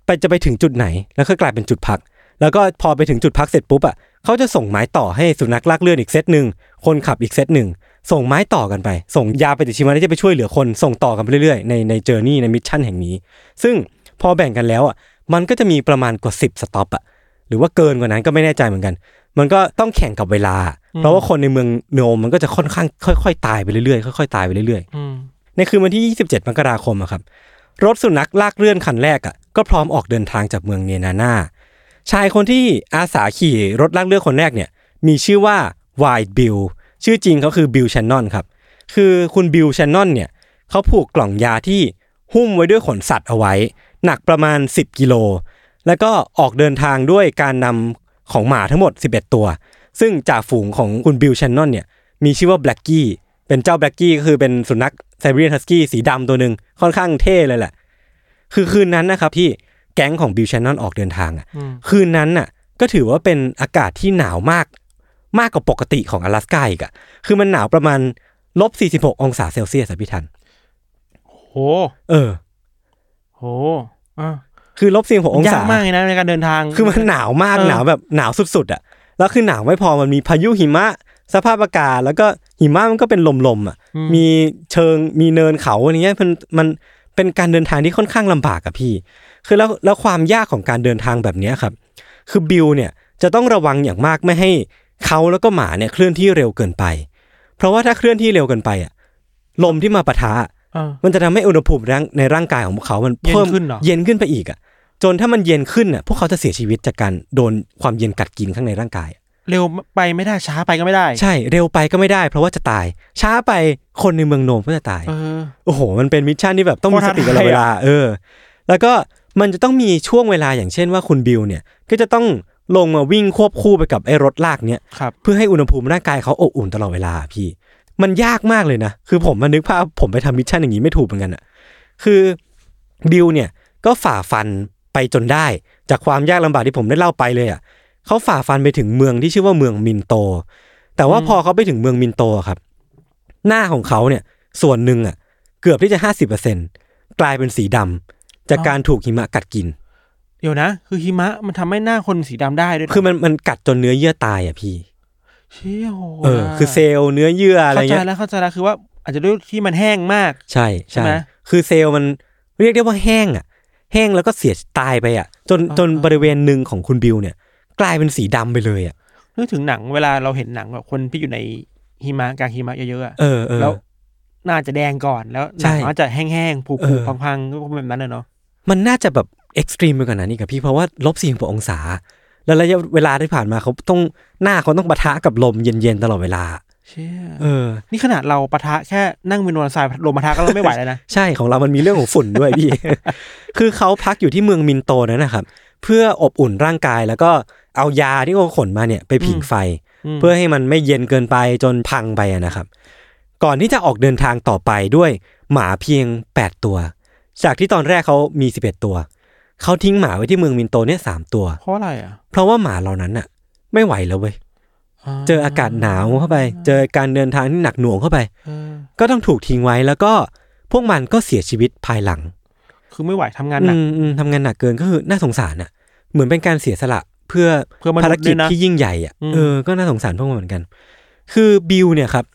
Speaker 2: ไปจะไปถึงจุดไหนแล้วก็กลายเป็นจุดพัก แล้วก็พอไปถึงจุดพักเสร็จปุ๊บอ่ะเขาจะส่งไม้ต่อให้สุนัขลากเลื่อนอีกเซตหนึ่งคนขับอีกเซตหนึ่งส่งไม้ต่อกันไป ส่งยาปฏิชีวนะที่จะไปช่วยเหลือคนส่งต่อกันไปเรื่อยๆในในเจอร์นี่ในมิชชั่นแห่งนี้ ซึ่งพอแบ่งกันแล้วอ่ะมันก็จะมีประมาณกว่า 10 สต็อปอ่ะหรือว่าเกินกว่านั้นก็ไม่แน่ใจเหมือนกัน มันก็ต้องแข่งกับเวลา เพราะว่าคนในเมืองโนมมันก็จะค่อนข้างค่อย ๆ ตายไปเรื่อยๆค่อยๆตายไปเรื่อยๆ
Speaker 3: อืม
Speaker 2: ในคืนวันที่ 27 มกราคมอะครับ รถสุนัขลากเลื่อนคันแรกอะก็พร้อมออกเดินทางจากเมืองเนนาน่า ชายคนที่อาสาขี่รถลากเลื่อนคนแรกเนี่ย มีชื่อว่าไวท์บิลชื่อจริงเขาคือบิลชันนอนครับ คือคุณบิลชันนอนเนี่ยเขาผูกกล่องยาที่หุ้มไว้ด้วยขนสัตว์เอาไว้ หนักประมาณ 10 กิโล แล้วก็ออกเดินทางด้วยการนำของหมาทั้งหมด 11 ตัว ซึ่งจ่าฝูงของคุณบิลชันนอนเนี่ย มีชื่อว่าแบล็กกี้ เป็นเจ้าแบล็กกี้ก็คือเป็นสุนัขไซบีเรียนฮัสกี้สีดำตัวหนึ่งค่อนข้างเท่เลยแหละ คือคืนนั้นนะครับที่แก๊งของบิลชันนอนออกเดินทางอะ
Speaker 3: อืม
Speaker 2: คืนนั้นน่ะก็ถือว่าเป็นอากาศที่หนาวมาก มากกว่าปกติของ阿拉斯กาอีกอะคือมันหนาวประมาณลบสี่สิบหกองศาเซลเซียสอะพี่ทัน
Speaker 3: โห
Speaker 2: เออ
Speaker 3: โหอ่ะ
Speaker 2: คือลบสี่หกอง
Speaker 3: ยา
Speaker 2: ศาก ม
Speaker 3: มากเลยนะในการเดินทาง
Speaker 2: คือมันหนาวมาก
Speaker 3: เออ
Speaker 2: หนาวแบบหนาวสุดๆอ่ะแล้วคือหนาวไม่พอมันมีพายุหิมะ สภาพอากาศแล้วก็หิมะมันก็เป็นลมๆอ่ะ มีเชิงมีเนินเขาอะไรเงี้ยมันมันเป็นการเดินทางที่ค่อนข้างลำบากอะพี่ คือแล้วแล้วความยากของการเดินทางแบบเนี้ยครับ คือบิลเนี่ยจะต้องระวังอย่างมากไม่ให้เขาแล้วก็หมาเนี่ยเคลื่อนที่เร็วเกินไป เพราะว่าถ้าเคลื่อนที่เร็วเกินไปอ่ะลมที่มาปะทะ
Speaker 3: อ่ะ
Speaker 2: มันจะทำให้อุณหภูมิร่างในร่างกายของพวกเขา มันเพิ่ม
Speaker 3: เย็นขึ้นเหรอ
Speaker 2: เย็นขึ้นไปอีกอ่ะ จนถ้ามันเย็นขึ้นอ่ะ พวกเขาจะเสียชีวิตจากการโดนความเย็นกัดกินข้างในร่างกายอะ
Speaker 3: เร็วไปไม่ได้ช้าไปก็ไม่ได้
Speaker 2: ใช่ เร็วไปก็ไม่ได้ เพราะว่าจะตาย ช้าไปคนในเมืองโนมก็จะตาย
Speaker 3: เออ
Speaker 2: โอ้โห มันเป็นมิชชั่นที่แบบต้องมีสติตลอดเวลา เออ แล้วก็มันจะต้องมีช่วงเวลาอย่างเช่นว่าคุณบิลเนี่ย ก็จะต้องลงมาวิ่งควบคู่ไปกับไอ้รถลากเนี่ย
Speaker 3: ครับ
Speaker 2: เพื่อให้อุณหภูมิร่างกายเขาอบอุ่นตลอดเวลาพี่ มันยากมากเลยนะ คือผมมันนึกภาพผมไปทำมิชชั่นอย่างนี้ไม่ถูกเหมือนกันอะคือบิลเนี่ยก็ฝ่าฟันไปจนได้ จากความยากลำบากที่ผมได้เล่าไปเลยอะเขาฝ่าฟันไปถึงเมืองที่ชื่อว่าเมืองมินโต แต่ว่าพอเขาไปถึงเมืองมินโตอะครับ หน้าของเขาเนี่ยส่วนหนึ่งอะเกือบที่จะห้าสิบเปอร์เซ็นกลายเป็นสีดำจากการถูกหิมะกัดกิน
Speaker 3: เดี๋ยวนะ คือหิมะมันทำให้หน้าคนสีดำได้ด้วย
Speaker 2: คือมันมันกัดจนเนื้อเยื่อตายอะพี่
Speaker 3: เชี่ยโห
Speaker 2: เออ คือเซลล์เนื้อเยื่ออะไร
Speaker 3: เข้าใจ
Speaker 2: เงี้ย
Speaker 3: แล้วเข้าใจแล้วคือว่าอาจจะด้วยที่มันแห้งมาก
Speaker 2: ใช่
Speaker 3: ใช่ไหม
Speaker 2: คือเซลล์มันเรียกได้ว่าแห้งอ่ะ แห้งแล้วก็เสียตายไปอ่ะ จน
Speaker 3: อ่า
Speaker 2: จนบริเวณหนึ่งของคุณบิวเนี่ย กลายเป็นสีดำไปเลยอ่ะ
Speaker 3: นึกถึงหนังเวลาเราเห็นหนังแบบคนที่อยู่ในหิมะกลางหิมะเยอะๆอะ
Speaker 2: เออเออ
Speaker 3: แล้วหน่าจะแดงก่อนแล้วห
Speaker 2: ใช่
Speaker 3: นังอาจจะแห้งๆผุ
Speaker 2: เออ
Speaker 3: ๆพังๆก็เป็นแบบนั้นน่ะเนาะ
Speaker 2: มันน่าจะแบบเอ็กซ์ตรีมไปกว่านั้นอีกอะพี่ เพราะว่าลบสี่สิบองศา แล้วระยะเวลาที่ผ่านมาเขาต้องหน้าเขาต้องปะทะกับลมเย็นๆตลอดเวลา
Speaker 3: เชี่ย
Speaker 2: เออ
Speaker 3: นี่ขนาดเราปะทะแค่นั่งวินวนทรายลมปะทะก็เราไม่ไหวแล้วนะ
Speaker 2: ใช่ของเรามันมีเรื่องของฝุ่นด้วยพี่ คือเขาพักอยู่ที่เมืองมินโตนั่นนะครับ เพื่ออบอุ่นร่างกายแล้วก็เอายาที่เขาขนมาเนี่ยไปผิงไฟ
Speaker 3: อืม
Speaker 2: เพื่อให้มันไม่เย็นเกินไปจนพังไปอะนะครับ ก่อนที่จะออกเดินทางต่อไปด้วยหมาเพียง 8 ตัว จากที่ตอนแรกเขามี 11 ตัว เขาทิ้งหมาไว้ที่เมืองมินโตเนี่ยสามตัว
Speaker 3: เพราะอะไรอ่ะ
Speaker 2: เพราะว่าหมาเหล่านั้นอะไม่ไหวแล้วเว้ยเจออากาศหนาวเข้าไป เจอการเดินทางที่หนักหน่วงเข้าไป
Speaker 3: เออ
Speaker 2: ก็ต้องถูกทิ้งไว้แล้วก็พวกมันก็เสียชีวิตภายหลัง
Speaker 3: คือไม่ไหวทำงานหนัก
Speaker 2: อืมอืมทำงานหนักเกินก็คือน่าสงสารอ่ะ เหมือนเป็นการเสียสละเพื่อ
Speaker 3: เพื่อมนุษย์
Speaker 2: ภารกิจ
Speaker 3: ด้วยนะ
Speaker 2: ที่ยิ่งใหญ่อ่ะ
Speaker 3: อืม
Speaker 2: เออก็น่าสงสารพวกมันเหมือนกัน คือบิลเนี่ยครับ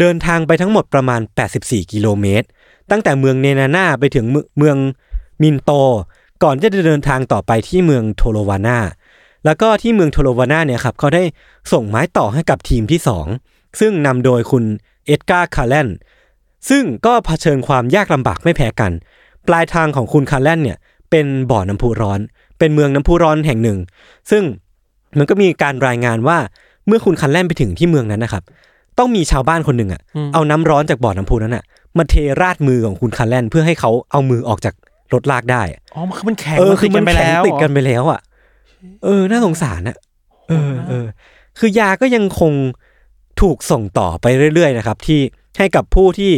Speaker 2: เดินทางไปทั้งหมดประมาณ 84 กิโลเมตร ตั้งแต่เมืองเนนาน่าไปถึงเมืองเมืองมินโต ก่อนที่จะเดินทางต่อไปที่เมืองโทโลวาน่าแล้วก็ที่เมืองโทโลวาน่าเนี่ยครับเขาได้ส่งไม้ต่อให้กับทีมที่สองซึ่งนำโดยคุณเอ็ดการ์คาร์แลนซึ่งก็เผชิญความยากลำบากไม่แพ้กัน ปลายทางของคุณคาร์แลนเนี่ยเป็นบ่อน้ำพุร้อน เป็นเมืองน้ำพุร้อนแห่งหนึ่ง ซึ่งมันก็มีการรายงานว่าเมื่อคุณคาร์แลนไปถึงที่เมืองนั้นนะครับ ต้องมีชาวบ้านคนหนึ่งอ่ะ
Speaker 3: อืม
Speaker 2: เอาน้ำร้อนจากบ่อน้ำพุนั้นอ่ะมาเทราดมือของคุณคาร์แลนเพื่อให้เขาเอามือออกจากรถลากได้อะ
Speaker 3: อ๋อมันคือมันแข็ง
Speaker 2: เออ
Speaker 3: มัน
Speaker 2: คือ
Speaker 3: ติดกั
Speaker 2: มัน น
Speaker 3: ไป
Speaker 2: แข็ง
Speaker 3: แล้ว
Speaker 2: ติดกันไปแล้วอ่ะเออน่าสงสารอ่ะเออเออคือยาก็ยังคงถูกส่งต่อไปเรื่อยๆนะครับ ที่ให้กับผู้ที่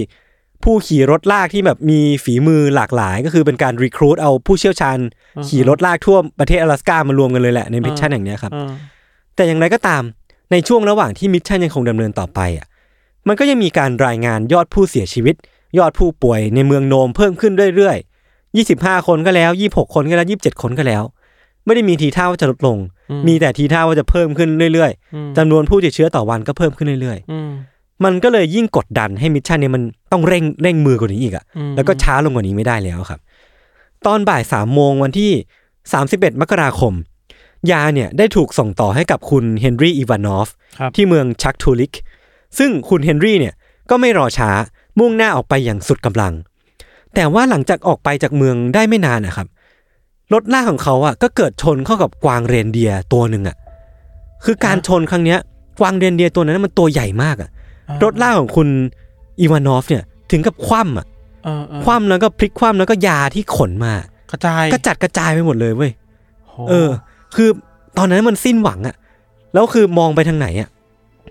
Speaker 2: ผู้ขี่รถลากที่แบบมีฝีมือหลากหลาย ก็คือเป็นการรีครูทเอาผู้เชี่ยวชาญ ขี่รถลากทั่วประเทศ阿拉斯ก้ามารวมกันเลยแหละในมิชชั่นอย่างเนี้ยครับ
Speaker 3: เออ
Speaker 2: แต่อย่างไรก็ตามในช่วงระหว่างที่มิชชั่นยังคงดำเนินต่อไปอ่ะมันก็ยังมีการรายงานยอดผู้เสียชีวิต ยอดผู้ป่วยในเมืองโนมเพิ่มขึ้นเรื่อยๆ 25 คนก็แล้ว 26 คนก็แล้ว 27 คนก็แล้ว ไม่ได้มีทีท่าว่าจะลดลง
Speaker 3: อื
Speaker 2: มีแต่ทีท่าว่าจะเพิ่มขึ้นเรื่อย
Speaker 3: อืม
Speaker 2: ๆจำนวนผู้ติดเชื้อต่อวันก็เพิ่มขึ้นเรื่อย
Speaker 3: อืม
Speaker 2: ๆ มันก็เลยยิ่งกดดันให้มิชชั่นเนี่ยมันต้องเร่งเร่งมือกว่านี้อีกอ่ะ
Speaker 3: อืม
Speaker 2: แล้วก็ช้าลงกว่านี้ไม่ได้แล้วครับ ตอนบ่ายสามโมงวันที่ 31 มกราคม ยาเนี่ยได้ถูกส่งต่อให้กับคุณเฮนรี่อีวานอฟ
Speaker 3: ครับ
Speaker 2: ที่เมืองชักทูลิก ซึ่งคุณเฮนรี่เนี่ยก็ไม่รอช้ามุ่งหน้าออกไปอย่างสุดกำลัง แต่ว่าหลังจากออกไปจากเมืองได้ไม่นานนะครับรถลากของเขาอ่ะก็เกิดชนเข้ากับกวางเรนเดียร์ตัวหนึ่งอ่ะคือการชนครั้งเนี้ยกวางเรนเดียร์ตัวนั้นมันตัวใหญ่มากอ่ะ รถลากของคุณอีวานอฟเนี่ยถึงกับคว่ำอ่ะ
Speaker 3: เออเออ
Speaker 2: คว่ำแล้วก็พลิกคว่ำแล้วก็ยาที่ขนมาก
Speaker 3: ระจาย
Speaker 2: กระจัดกระจายไปหมดเลยเว้ย
Speaker 3: โห
Speaker 2: เออ คือตอนนั้นมันสิ้นหวังอะแล้วคือมองไปทางไหนอะ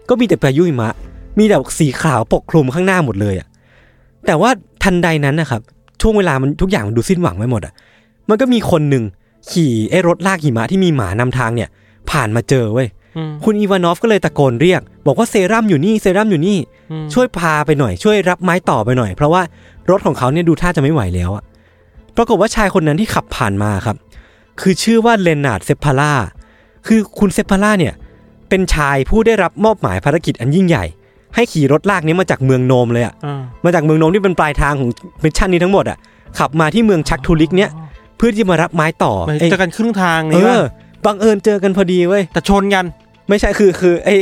Speaker 2: ก็มีแต่พายุหิมะ มีแต่สีขาวปกคลุมข้างหน้าหมดเลยอะแต่ว่าทันใดนั้นนะครับ ช่วงเวลามันทุกอย่างมันดูสิ้นหวังไปหมดอะมันก็มีคนหนึ่งขี่ไอ้รถลากหิมะที่มีหมานำทางเนี่ย ผ่านมาเจอเว้ย
Speaker 3: อืม
Speaker 2: คุณอีวานอฟก็เลยตะโกนเรียก บอกว่าเซรั่มอยู่นี่เซรั่มอยู่นี่
Speaker 3: อืม
Speaker 2: ช่วยพาไปหน่อยช่วยรับไม้ต่อไปหน่อย เพราะว่ารถของเขาเนี่ยดูท่าจะไม่ไหวแล้วอะปรากฏว่าชายคนนั้นที่ขับผ่านมาครับ คือชื่อว่าเลนาร์ดเซปพาร่าคือคุณเซปพาร่าเนี่ย เป็นชายผู้ได้รับมอบหมายภารกิจอันยิ่งใหญ่ ให้ขี่รถลากนี้มาจากเมืองโนมเลยอะ
Speaker 3: อ่า
Speaker 2: มาจากเมืองโนมที่เป็นปลายทางของมิชชั่นนี้ทั้งหมดอะขับมาที่เมืองชักทูลิกเนี่ยเพื่อที่จะมารับไม้ต่อ
Speaker 3: เหมือน
Speaker 2: ไอ้
Speaker 3: เจอกันครึ่งทาง
Speaker 2: เอ
Speaker 3: นี่ว่า
Speaker 2: อบังเอิญเจอกันพอดีเว้ย
Speaker 3: แต่ชนกัน
Speaker 2: ไม่ใช่คือคือไอ้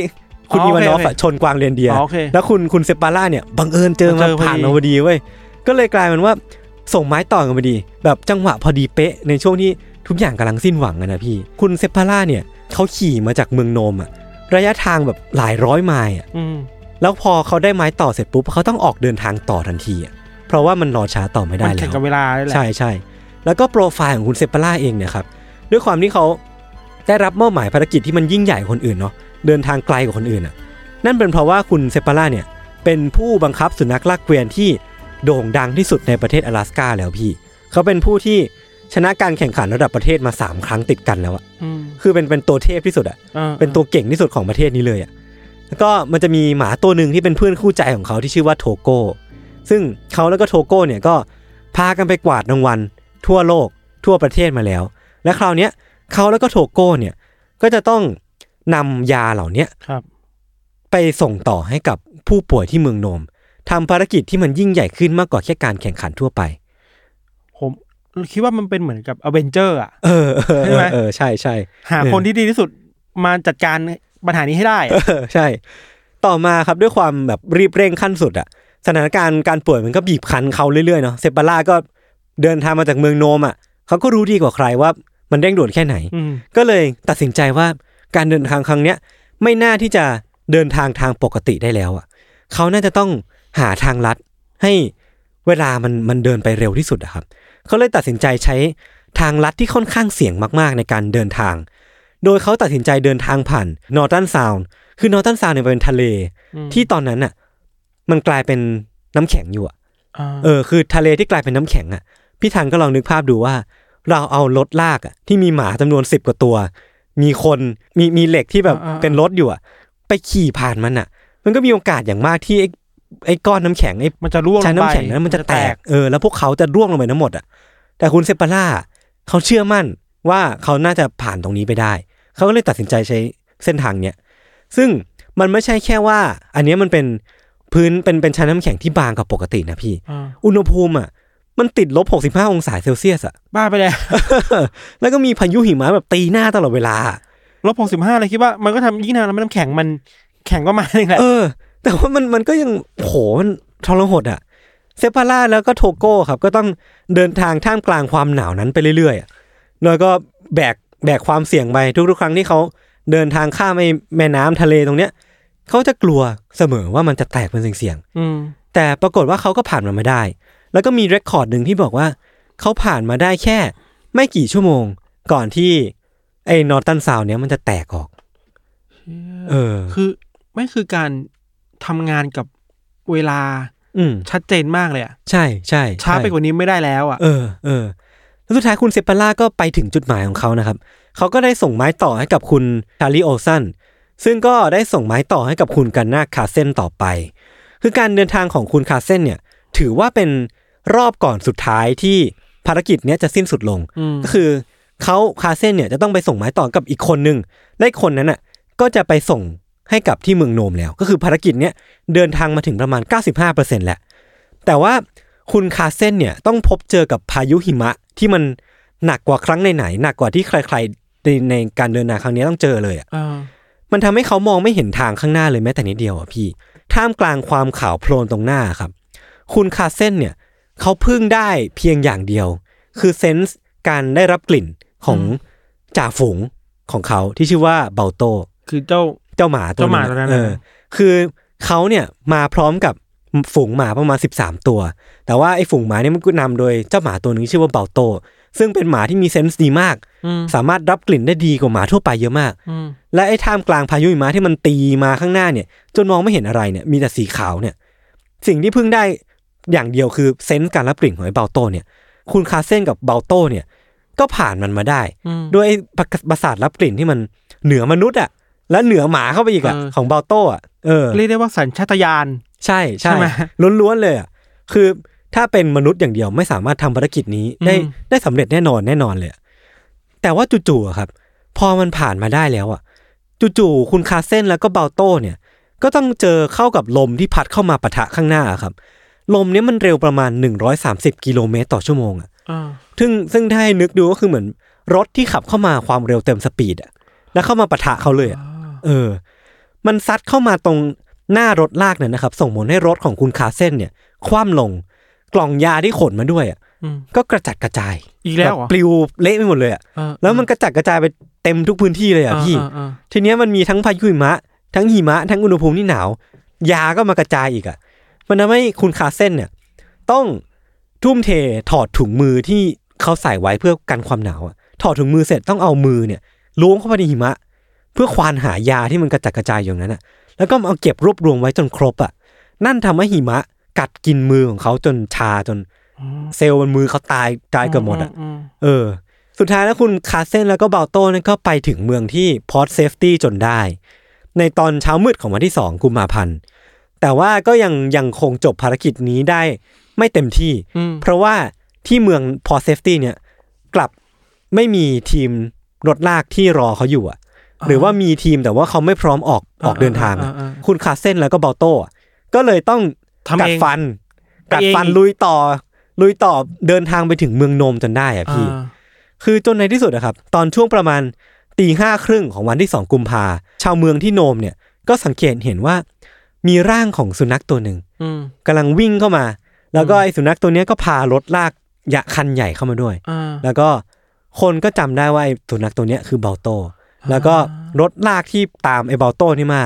Speaker 2: คุณ
Speaker 3: อ๋อ
Speaker 2: อี
Speaker 3: โอ
Speaker 2: วา
Speaker 3: เคน
Speaker 2: อฟ
Speaker 3: โอ
Speaker 2: อะ
Speaker 3: เค
Speaker 2: ชนกวางเรนเดียร์
Speaker 3: อ๋อโอเค
Speaker 2: แล้วคุณคุณเซปาร่าเนี่ยบังเอิญเจอ
Speaker 3: เจ
Speaker 2: มา
Speaker 3: อพอดี
Speaker 2: ผ่านมาพอดีเว้ยก็เลยกลายเป็นว่าส่งไม้ต่อกันพอดี แบบจังหวะพอดีเป๊ะในช่วงที่ทุกอย่างกำลังสิ้นหวังอะนะพี่ คุณเซปาร่าเนี่ยเขาขี่มาจากเมืองโนมอะระยะทางแบบหลายร้อยไมล์อะ
Speaker 3: อืม
Speaker 2: แล้วพอเขาได้ไม้ต่อเสร็จปุ๊บเขาต้องออกเดินทางต่อทันทีอะเพราะว่ามันรอช้าต่อไม่ได้
Speaker 3: มัน
Speaker 2: แล้ว
Speaker 3: แข่งกับเวลาเลยแหละ
Speaker 2: ใช่ใช่แล้วก็โปรไฟล์ของคุณเซปปาร่าเองเนี่ยครับด้วยความที่เขาได้รับมอบหมายภารกิจที่มันยิ่งใหญ่กว่าคนอื่นเนาะเดินทางไกลกว่าคนอื่นอ่ะ นั่นเป็นเพราะว่าคุณเซปปาร่าเนี่ยเป็นผู้บังคับสุนัขลากเกวียนที่โด่งดังที่สุดในประเทศ阿拉สกาแล้วพี่ เขาเป็นผู้ที่ชนะการแข่งขันระดับประเทศมา 3 ครั้งติดกันแล้วอะ
Speaker 3: อืม
Speaker 2: คือเป็นเป็นตัวเทพที่สุดอะ
Speaker 3: อ่า
Speaker 2: เป็นตัวเก่งที่สุดของประเทศนี้เลยอะแล้วก็มันจะมีหมาตัวหนึ่งที่เป็นเพื่อนคู่ใจของเขาที่ชื่อว่าโทโก้ ซึ่งเขาแล้วก็โทโก้เนี่ยก็พากันไปกวาดรางวัลทั่วโลกทั่วประเทศมาแล้ว และคราวเนี้ยเขาแล้วก็โทโก้เนี่ยก็จะต้องนำยาเหล่าเนี้ย
Speaker 3: ครับ
Speaker 2: ไปส่งต่อให้กับผู้ป่วยที่เมืองโนมทำภารกิจที่มันยิ่งใหญ่ขึ้นมากกว่าแค่การแข่งขันทั่วไป
Speaker 3: ผมคิดว่ามันเป็นเหมือนกับอเวนเจอร์อ่ะ
Speaker 2: เออเออ
Speaker 3: ใช่
Speaker 2: เอ
Speaker 3: ไหม
Speaker 2: อเออใช่ใช่
Speaker 3: หา
Speaker 2: เออ
Speaker 3: คนที่ดีที่สุดมาจัดการปัญหานี้ให้ได้อะ
Speaker 2: เออใช่ ต่อมาครับด้วยความแบบรีบเร่งขั้นสุดอะสถานการณ์การป่วยมันก็บีบคั้นเขาเรื่อยๆเนาะเซปปาร่าก็เดินทางมาจากเมืองโนมอะเขาก็รู้ดีกว่าใครว่ามันเร่งด่วนแค่ไหน
Speaker 3: อืม
Speaker 2: ก็เลยตัดสินใจว่าการเดินทางครั้งเนี้ยไม่น่าที่จะเดินทางทางปกติได้แล้วอ่ะเขาน่าจะต้องหาทางลัดให้เวลามันมันเดินไปเร็วที่สุดอะครับเขาเลยตัดสินใจใช้ทางลัดที่ค่อนข้างเสี่ยงมากๆในการเดินทาง โดยเขาตัดสินใจเดินทางผ่านนอร์ตันซาวน์คือนอร์ตันซาวน์เนี่ยเป็นทะเล ที่ตอนนั้นอ่ะมันกลายเป็นน้ำแข็งอยู่อ่ะ
Speaker 3: า
Speaker 2: เออคือทะเลที่กลายเป็นน้ำแข็งอ่ะพี่ทันก็ลองนึกภาพดูว่า เราเอารถลากอ่ะที่มีหมาจำนวนสิบกว่าตัว มีคนมีมีเหล็กที่แบบเป็นรถอยู่อ่ะไปขี่ผ่านมันอ่ะ มันก็มีโอกาสอย่างมากที่ไอ้ไอ้ก้อนน้ำแข็งไอ้
Speaker 3: มันจะร่วงลงไป
Speaker 2: ชั้นน้ำแข็งนั้นมันจะแตกเออแล้วพวกเขาจะร่วงลงไปทั้งหมดอ่ะแต่คุณเซปปาร่าเขาเชื่อมั่นว่าเขาน่าจะผ่านตรงนี้ไปได้ เขาก็เลยตัดสินใจใช้เส้นทางเนี้ยซึ่งมันไม่ใช่แค่ว่า อันเนี้ยมันเป็นพื้นเป็นเป็นชั้นน้ำแข็งที่บางกว่าปกตินะพี่
Speaker 3: อ่า
Speaker 2: อุณหภูมิอ่ะมันติดลบ 65 องศาเซลเซียสอ่ะ
Speaker 3: บ้าไปแล้ว
Speaker 2: แล้วก็มีพายุหิมะแบบตีหน้าตลอดเวลา
Speaker 3: ลบหกสิบห้าเลยคิดว่ามันก็ทำยิ่งนานแล้วมันน้ำแข็งมันแข็งก็มาเองแหละ
Speaker 2: เออ แต่ว่ามันมันก็ยังโหมันทรหดอ่ะ เซปาร่าแล้วก็โทโก้ครับ ก็ต้องเดินทางท่ามกลางความหนาวนั้นไปเรื่อยๆอะแล้วก็แบกแบกความเสี่ยงไปทุกๆ ครั้งที่เขาเดินทางข้ามไอ้แม่น้ำทะเลตรงเนี้ยเขาจะกลัวเสมอว่ามันจะแตกเป็นเสี่ยงๆ
Speaker 3: อืม
Speaker 2: แต่ปรากฏว่าเขาก็ผ่านมันมาได้ แล้วก็มีเรคคอร์ดหนึ่งที่บอกว่า เขาผ่านมาได้แค่ ไม่กี่ชั่วโมง ก่อนที่ไอ้นอร์ตันซาวเนี้ยมันจะแตกออก เออ
Speaker 3: คือไม่คือการทำงานกับเวลา
Speaker 2: อืม
Speaker 3: ชัดเจนมากเลยอ่ะ
Speaker 2: ใช่ใช่
Speaker 3: ช้าไป
Speaker 2: ใช่
Speaker 3: กว่านี้ไม่ได้แล้วอ่ะ
Speaker 2: เออเออแล้วสุดท้ายคุณเซปปาร่าก็ไปถึงจุดหมายของเขานะครับ เขาก็ได้ส่งไม้ต่อให้กับคุณชาลีโอซัน ซึ่งก็ได้ส่งไม้ต่อให้กับคุณกันนาคาเซนต่อไป คือการเดินทางของคุณคาเซนเนี่ย ถือว่าเป็นรอบก่อนสุดท้ายที่ภารกิจเนี้ยจะสิ้นสุดลง
Speaker 3: ม
Speaker 2: ก็คือเขาคาเซนเนี่ยจะต้องไปส่งไม้ต่อกับอีกคนนึงและอีกคนนั้นอ่ะก็จะไปส่งให้กับที่เมืองโนมแล้ว ก็คือภารกิจเนี้ยเดินทางมาถึงประมาณ 95%แหละ แต่ว่าคุณคาเซนเนี่ยต้องพบเจอกับพายุหิมะที่มันหนักกว่าครั้งไหนๆหนักกว่าที่ใครๆในในการเดินทางครั้งนี้ต้องเจอเลยอ่ะ
Speaker 3: เออ
Speaker 2: มันทำให้เขามองไม่เห็นทางข้างหน้าเลยแม้แต่นิดเดียวอ่ะพี่ ท่ามกลางความขาวโพลนตรงหน้าครับ คุณคาเซนเนี่ยเขาพึ่งได้เพียงอย่างเดียว คือเซนส์การได้รับกลิ่นของจ่าฝูงของเขาที่ชื่อว่าเบาโต
Speaker 3: คือเจ้า
Speaker 2: เจ้าหมาตัว
Speaker 3: เจ้าหมา
Speaker 2: นั้
Speaker 3: ตั
Speaker 2: น
Speaker 3: วนั้
Speaker 2: น่ะ
Speaker 3: น
Speaker 2: เอ
Speaker 3: น่ะ
Speaker 2: อคือเขาเนี่ยมาพร้อมกับฝูงหมาประมาณ 13 ตัว แต่ว่าไอ้ฝูงหมาเนี่ยมันก็นำโดยเจ้าหมาตัวหนึ่งชื่อว่าเบาโต ซึ่งเป็นหมาที่มีเซนส์ดีมาก
Speaker 3: อืม
Speaker 2: สามารถรับกลิ่นได้ดีกว่าหมาทั่วไปเยอะมาก
Speaker 3: อืม
Speaker 2: และไอ้ท่ามกลางพายุหิมะที่มันตีมาข้างหน้าเนี่ย จนมองไม่เห็นอะไรเนี่ยมีแต่สีขาวเนี่ย สิ่งที่เพึ่งได้อย่างเดียวคือเซนส์การรับกลิ่นของไอ้เบาโตเนี่ย คุณคาเซนกับเบาโตเนี่ย ก็ผ่านมันมาได้
Speaker 3: อืม
Speaker 2: ด้วยไอ้ประประสาทรับกลิ่นที่มันเหนือมนุษย์อ่ะ และเหนือหมาเข้าไปอีกอ่ะ
Speaker 3: เออ
Speaker 2: ของเบาโต้อ่ะเออ
Speaker 3: เรียกได้ว่าสัญชาตญาณ
Speaker 2: ใช่
Speaker 3: ใช่
Speaker 2: ใช่
Speaker 3: ไหม
Speaker 2: ล้วนๆเลยอ่ะคือถ้าเป็นมนุษย์อย่างเดียวไม่สามารถทำภารกิจนี้ได้
Speaker 3: อืม
Speaker 2: ได้สำเร็จแน่นอนแน่นอนเลยอะแต่ว่าจู่ๆอะครับ พอมันผ่านมาได้แล้วอ่ะจู่ๆคุณคาเซนแล้วก็เบาโต้เนี่ย ก็ต้องเจอเข้ากับลมที่พัดเข้ามาปะทะข้างหน้าอะครับ ลมเนี้ยมันเร็วประมาณ 130 กิโลเมตรต่อชั่วโมงอ่ะ
Speaker 3: อ่า
Speaker 2: ซึ่งซึ่งถ้าให้นึกดูก็คือเหมือนรถที่ขับเข้ามาความเร็วเต็มสปีดอะแล้วเข้ามาปะทะเขาเลยอะเออ มันซัดเข้ามาตรงหน้ารถลากเนี่ยนะครับ ส่งผลให้รถของคุณคาเส้นเนี่ย คว่ำลงกล่องยาที่ขนมาด้วยอะ
Speaker 3: อืม
Speaker 2: ก็กระจัดกระจาย
Speaker 3: อีกแล้วเหรอ
Speaker 2: บบปลิวเละไปหมดเลยอะ
Speaker 3: เออ
Speaker 2: แล้วมันกระจัดกระจายไปเต็มทุกพื้นที่เลยอะ
Speaker 3: อ่า
Speaker 2: พี่
Speaker 3: อ่าอ่า
Speaker 2: ทีเนี้ยมันมีทั้งพายุหิมะ ทั้งหิมะ ทั้งอุณหภูมิที่หนาว ยาก็มากระจายอีกอะ่ะ มันทำให้คุณคาเซนเนี่ย ต้องทุ่มเทถอดถุงมือที่เขาใส่ไว้เพื่อกันความหนาวอะ่ะ ถอดถุงมือเสร็จต้องเอามือเนี่ยล้วงเข้าไปในหิมะ เพื่อควานหายาที่มันกระจัดกระจายอยู่นั้นอะ่ะ แล้วก็มาเอาเก็บรวบรวมไว้จนครบอะ่ะ นั่นทำให้หิมะกัดกินมือของเขาจนชาจนเซลล์บนมือเขาตายตายเกือบหมดอ่ะ
Speaker 3: ม
Speaker 2: เออ สุดท้ายแล้วคุณคาเซนแล้วก็เบาโต้นั่นก็ไปถึงเมืองที่พอร์ตเซฟตี้จนได้ ในตอนเช้ามืดของวันที่ 2 กุมภาพันธ์ แต่ว่าก็ยังยังคงจบภารกิจนี้ได้ไม่เต็มที่
Speaker 3: อืม
Speaker 2: เพราะว่าที่เมืองพอร์ตเซฟตี้เนี่ยกลับไม่มีทีมรถลากที่รอเขาอยู่อะหรือว่ามีทีมแต่ว่าเขาไม่พร้อมออกออกเดินทางอะ
Speaker 3: อ่
Speaker 2: คุณคาเซนแล้วก็เบาโต้อะก็เลยต้อง
Speaker 3: ทำเอง
Speaker 2: กัดฟันกัดฟัน
Speaker 3: ไปเอง
Speaker 2: ลุยต่อ ลุยต่อเดินทางไปถึงเมืองโนมจนได้อะพี่
Speaker 3: อ่า
Speaker 2: คือจนในที่สุดนะครับ ตอนช่วงประมาณตีห้าครึ่งของวันที่สองกุมภาชาวเมืองที่โนมเนี่ยก็สังเกตเห็นว่า มีร่างของสุนัขตัวหนึ่ง
Speaker 3: อืม
Speaker 2: กำลังวิ่งเข้ามา แล้วก็ไอ้สุนัขตัวเนี้ยก็พารถลากยะคันใหญ่เข้ามาด้วย
Speaker 3: อ่า
Speaker 2: แล้วก็คนก็จำได้ว่าไอ้สุนัขตัวเนี้ยคือเบาโต แล้วก็รถลากที่ตามไอ้เบาโตนี่มา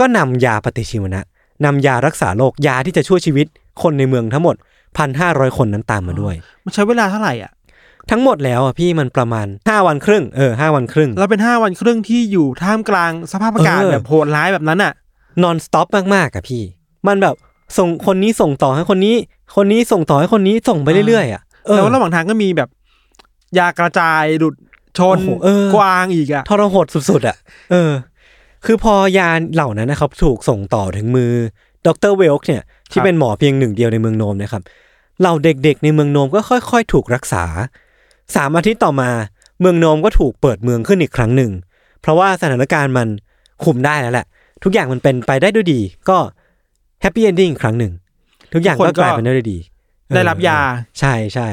Speaker 2: ก็นำยาปฏิชีวนะนำยารักษาโรคยาที่จะช่วยชีวิตคนในเมืองทั้งหมดพันห้าร้อยคนนั้นตามมาด้วย
Speaker 3: มันใช้เวลาเท่าไหร่อ่ะ
Speaker 2: ทั้งหมดแล้วอ่ะพี่มันประมาณ 5 วันครึ่งเออห้าวันครึ่ง
Speaker 3: เราเป็นห้าวันครึ่งที่อยู่ท่ามกลางสภาพอากาศ
Speaker 2: เออ
Speaker 3: แบบโหดร้ายแบบนั้นอ่ะ
Speaker 2: นอนสต็อปมากๆอ่ะพี่ มันแบบส่งคนนี้ส่งต่อให้คนนี้ คนนี้ส่งต่อให้คนนี้ส่งไปเรื่อยๆอ่ะเออ
Speaker 3: แต่ว่าระหว่างทางก็มีแบบ ยากระจายดุดชน
Speaker 2: โอ้โหเออ
Speaker 3: กวางอีกอ่ะ
Speaker 2: ทรหดสุดๆอ่ะเออ คือพอยาเหล่านั้นนะครับ ถูกส่งต่อถึงมือดรเวลค์เนี่ย ที่เป็นหมอเพียงหนึ่งเดียวในเมืองโนมนะครับเหล่าเด็กๆในเมืองโนมก็ค่อยๆ ถูกรักษาสามอาทิตย์ต่อมา เมืองโนมก็ถูกเปิดเมืองขึ้นอีกครั้งหนึ่ง เพราะว่าสถานการณ์มันคุมได้แล้วแหละ ทุกอย่างมันเป็นไปได้ด้วยดี ก็แฮปปี้เอนดิ้งครั้งหนึ่ง ทุกอย่าง
Speaker 3: ทุกค
Speaker 2: ก็
Speaker 3: นก็
Speaker 2: กลายเป็นได้ด้วยดีเออ
Speaker 3: ได้รับยา
Speaker 2: ใช่ใช่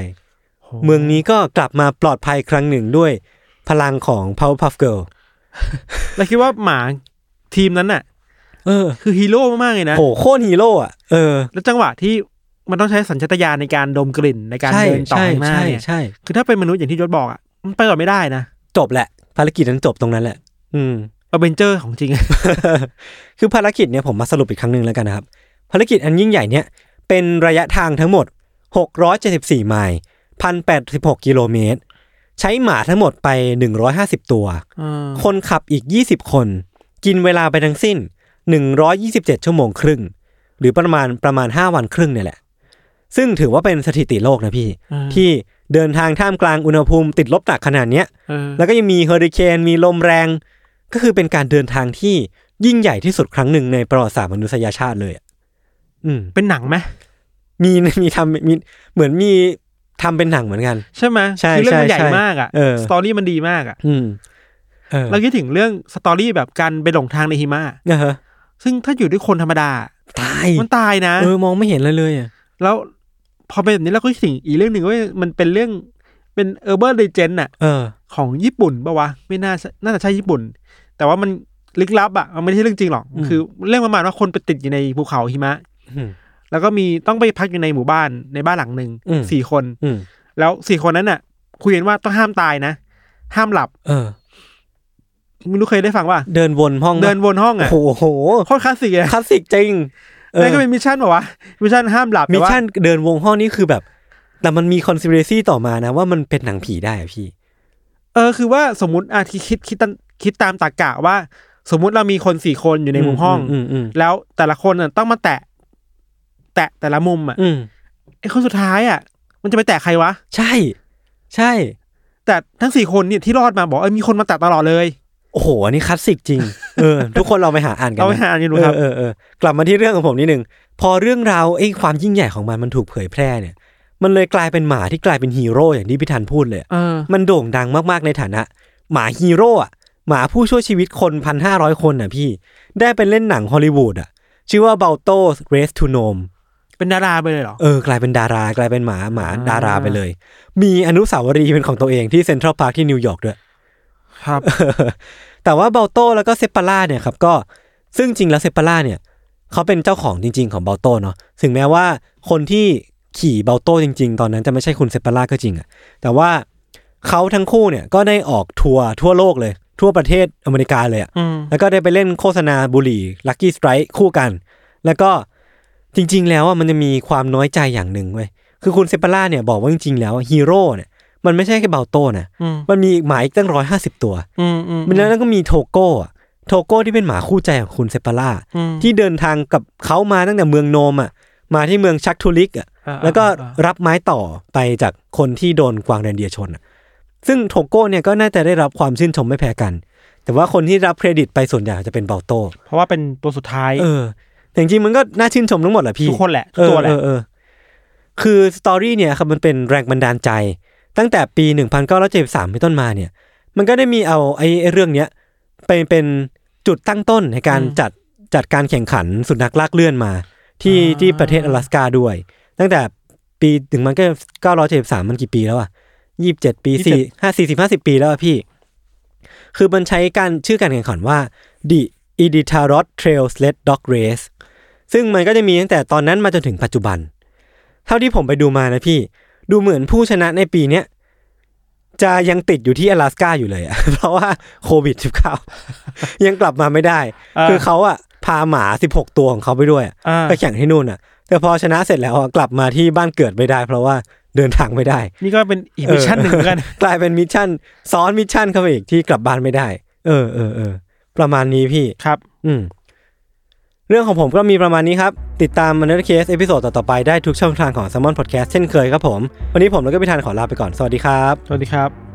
Speaker 2: เมืองนี้ก็กลับมาปลอดภัยครั้งหนึ่งด้วยพลังของ Powerpuff Girl
Speaker 3: แล้วคิดว่าหมาทีมนั้นน่ะ
Speaker 2: เออ
Speaker 3: คือฮีโร่มากๆเลยนะ
Speaker 2: โหโคตรฮีโร่อะเออ
Speaker 3: แล้วจังหวะที่มันต้องใช้สัญชาตญาณในการดมกลิ่นในการ
Speaker 2: ใช่
Speaker 3: เดินต่อ
Speaker 2: ใช่
Speaker 3: ข้างหน้า
Speaker 2: ใช่
Speaker 3: เนี่ย
Speaker 2: ใช่
Speaker 3: คือถ้าเป็นมนุษย์อย่างที่ยศบอกอ่ะมันไปต่อไม่ได้นะ
Speaker 2: จบแหละ ภารกิจนั้นจบตรงนั้นแหละ อืม
Speaker 3: เอเบนเจอร์ของจริง
Speaker 2: คือภารกิจเนี่ยผมมาสรุปอีกครั้งหนึ่งแล้วกันนะครับ ภารกิจอันยิ่งใหญ่เนี่ย เป็นระยะทางทั้งหมด 674 ไมล์1,086 กิโลเมตร ใช้หมาทั้งหมดไป 150 ตัว
Speaker 3: เออ
Speaker 2: คนขับอีก 20 คน กินเวลาไปทั้งสิ้น 127 ชั่วโมงครึ่ง หรือประมาณประมาณ 5 วันครึ่งเนี่ยแหละ ซึ่งถือว่าเป็นสถิติโลกนะพี่
Speaker 3: เออ
Speaker 2: ที่เดินทางท่ามกลางอุณหภูมิติดลบหนักขนาดเนี้ย
Speaker 3: เออ
Speaker 2: แล้วก็ยังมีเฮอริเคนมีลมแรง ก็คือเป็นการเดินทางที่ยิ่งใหญ่ที่สุดครั้งหนึ่งในประวัติศาสตร์มนุษยชาติเลยอะอืม
Speaker 3: เป็นหนังไหม
Speaker 2: มี มีทำมีเหมือนมีทำเป็นหนังเหมือนกัน
Speaker 3: ใช่ไหม
Speaker 2: ใช่
Speaker 3: คือเรื่องมั
Speaker 2: ใช่
Speaker 3: นใหญ่
Speaker 2: ใช่
Speaker 3: มากอ่ะ
Speaker 2: เออ
Speaker 3: สตอรี่มันดีมากอ่ะ
Speaker 2: อืมเออ
Speaker 3: เราคิดถึงเรื่องสตอรี่แบบการไปหลงทางในหิมะ
Speaker 2: เออ
Speaker 3: ซึ่งถ้าอยู่ด้วยคนธรรมดา
Speaker 2: ตาย
Speaker 3: มันตายนะ
Speaker 2: เออมองไม่เห็นเลยเลยอะ
Speaker 3: แล้วพอเป็นแบบนี้เราก็คิดถึงอีกเรื่องหนึ่งเว่ามันเป็นเรื่องเป็นเออร์เบิร์ e เลเจนด์อะ
Speaker 2: เออ
Speaker 3: ของญี่ปุ่นปะวะ ไม่น่าใช่น่าจะใช่ญี่ปุ่น แต่ว่ามันลึกลับอะมันไม่ใช่เรื่องจริงหรอก
Speaker 2: อืม
Speaker 3: คือเรื่องประมาณว่าคนไปติดอยู่ในภูเขาหิมะ
Speaker 2: อืม
Speaker 3: แล้วก็มีต้องไปพักอยู่ในหมู่บ้านในบ้านหลังหนึ่ง
Speaker 2: อืม
Speaker 3: สี่คน
Speaker 2: อืม
Speaker 3: แล้วสี่คนนั้นน่ะ คุยกันว่าต้องห้ามตายนะ ห้ามหลับ
Speaker 2: เออ
Speaker 3: ไม่รู้เคยได้ฟังว่า
Speaker 2: เดินวนห้องปะ
Speaker 3: เดินวนห้องอะ
Speaker 2: โอ้โห
Speaker 3: โคตรคลาสสิกเลย
Speaker 2: คลาสสิกจริงเออ
Speaker 3: นั่นก็เป็นมิชชั่นปะวะมิชชั่นห้ามหลับ
Speaker 2: มิ
Speaker 3: แต่
Speaker 2: ช
Speaker 3: ว่า
Speaker 2: ชั่นเดินวงห้องนี่คือแบบ แต่มันมีคอนซิเ a ซี่ต่อมานะ ว่ามันเป็นหนังผีได้อะพี่
Speaker 3: เออคือว่าสมมติอะคิดคิดคิดตามคิดตามตรรกะว่า สมมติเรามีคนสี่คนอยู่ในมุมห้อง
Speaker 2: อืมอืม
Speaker 3: แล้วแต่ละคนน่ะต้องมาแตะ แตะแต่ละมุมอ่ะ
Speaker 2: อืม
Speaker 3: ไอ้คนสุดท้ายอ่ะ มันจะไปแตะใครวะ
Speaker 2: ใช่ ใช่
Speaker 3: แต่ทั้งสี่คนเนี่ยที่รอดมาบอกเออมีคนมาแตะตลอดเลย
Speaker 2: โอ้โห อันนี้คลาสสิกจริง เออ ทุกคนเราไปหาอ่านกันะ
Speaker 3: เราไปหาอ่านกันดูครับ
Speaker 2: เออเออเออกลับมาที่เรื่องของผมนิดนึง พอเรื่องราวไอ้ความยิ่งใหญ่ของมันมันถูกเผยแพร่เนี่ย มันเลยกลายเป็นหมาที่กลายเป็นฮีโร่อย่างที่พี่ธันพูดเลยอะ
Speaker 3: เออ
Speaker 2: มันโด่งดังมากๆในฐานะ หมาฮีโร่อะหมาผู้ช่วยชีวิตคนพันห้าร้อยคนน่ะพี่ ได้เป็นเล่นหนังฮอลลีวูดอ่ะ ชื่อว่าเบลโต้เรสทูโนม
Speaker 3: เป็นดาราไปเลยเหรอ
Speaker 2: เออกลายเป็นดารากลายเป็นหมาหมา
Speaker 3: อ่า
Speaker 2: ดาราไปเลย มีอนุสาวรีย์เป็นของตัวเองที่เซ็นทรัลพาร์คที่นิวยอร์กด้วย
Speaker 3: ครับ
Speaker 2: แต่ว่าเบลโต้แล้วก็เซปปาร่าเนี่ยครับก็ซึ่งจริงแล้วเซปปาร่าเนี่ยเขาเป็นเจ้าของจริง ๆ ของเบลโต้เนาะถึงแม้ว่าคนที่ขี่เบลโต้จริง ๆ ตอนนั้นจะไม่ใช่คุณเซปปาร่าก็จริงอะแต่ว่าเขาทั้งคู่เนี่ยก็ได้ออกทัวร์ทั่วโลกเลย ทั่วประเทศอเมริกาเลยอะ
Speaker 3: อืม
Speaker 2: แล้วก็ได้ไปเล่นโฆษณาบุหรี่ Lucky Strike คู่กัน แล้วก็จริง ๆ แล้วอ่ะมันจะมีความน้อยใจอย่างหนึ่งเว้ย คือคุณเซปาร่าเนี่ยบอกว่าจริง ๆ แล้วฮีโร่เนี่ยมันไม่ใช่แค่เบาโต้นะ
Speaker 3: อืม
Speaker 2: มันมีอีกหมาอีกตั้งร้อยห้าสิบตัว
Speaker 3: อืมอืม
Speaker 2: มันแล้วก็มีโทโก้อะโทโก้ที่เป็นหมาคู่ใจของคุณเซปาร่า
Speaker 3: อืม
Speaker 2: ที่เดินทางกับเขามาตั้งแต่เมืองโนมอ่ะมาที่เมืองชักทูลิกอ่ะ
Speaker 3: อ่า
Speaker 2: แล้วก็
Speaker 3: อ่า
Speaker 2: รับไม้ต่อไปจากคนที่โดนกวางแรนเดียร์ชนอะซึ่งโทโก้เนี่ยก็น่าจะได้รับความชื่นชมไม่แพ้กัน แต่ว่าคนที่รับเครดิตไปส่วนใหญ่จะเป็นเบาโต
Speaker 3: เพราะว่าเป็นตัวสุดท้าย
Speaker 2: เออแต่จริงๆมันก็น่าชื่นชมทั้งหมดแหละพี่
Speaker 3: ทุกคนแหละ
Speaker 2: เอ
Speaker 3: ทุ
Speaker 2: อ
Speaker 3: กตัวแหละ
Speaker 2: เออเออคือสตอรี่เนี่ยครับมันเป็นแรงบันดาลใจ ตั้งแต่ปี 1973เป็นต้นมาเนี่ย มันก็ได้มีเอาไอ้ไอ้เรื่องเนี้ยไปเป็นจุดตั้งต้นในการจัดจัดการแข่งขันสุนัขลากเลื่อนมา ที่
Speaker 3: อ่า
Speaker 2: ที่ประเทศ阿拉斯าด้วย ตั้งแต่ปีถึงมันก็เก้าร้อยเจ็ดสามมันกี่ปีแล้วอะยี่สิบเจ็ดปีสี่ห้าสี่สิบห้าสิบปีแล้วอะพี่ คือมันใช้การชื่อการแข่งขันว่า The e d i t a r o t Trail Sled Dog Race ซึ่งมันก็จะมีตั้งแต่ตอนนั้นมาจนถึงปัจจุบัน เท่าที่ผมไปดูมานะพี่ ดูเหมือนผู้ชนะในปีเนี้ยจะยังติดอยู่ที่阿拉斯าอยู่เลยอะ เพราะว่าโควิด19ยังกลับมาไม่ได้
Speaker 3: อ่า
Speaker 2: คือเขาอะพาหมา 16 ตัวของเขาไปด้วยอะ
Speaker 3: อ่า
Speaker 2: ไปแข่งที่นู่นน่ะ แต่พอชนะเสร็จแล้วอ่ะกลับมาที่บ้านเกิดไม่ได้ เพราะว่าเดินทางไม่ได้
Speaker 3: นี่ก็เป็นอีกมิชชั่นหนึ่งเหมือนกัน
Speaker 2: กลายเป็นมิชชั่นซ้อนมิชชั่นเข้าไปอีกที่กลับบ้านไม่ได้ เออเออเออประมาณนี้พี่
Speaker 3: ครับ
Speaker 2: อืม เรื่องของผมก็มีประมาณนี้ครับ ติดตามมันเดอร์เคสเอพิโซดต่อๆไปได้ทุกช่องทางของ s ซ m o n Podcast เช่นเคยครับผม วันนี้ผมแล้วก็พิธานขอลาไปก่อน สวัสดีครับ
Speaker 3: สวัสดีครับ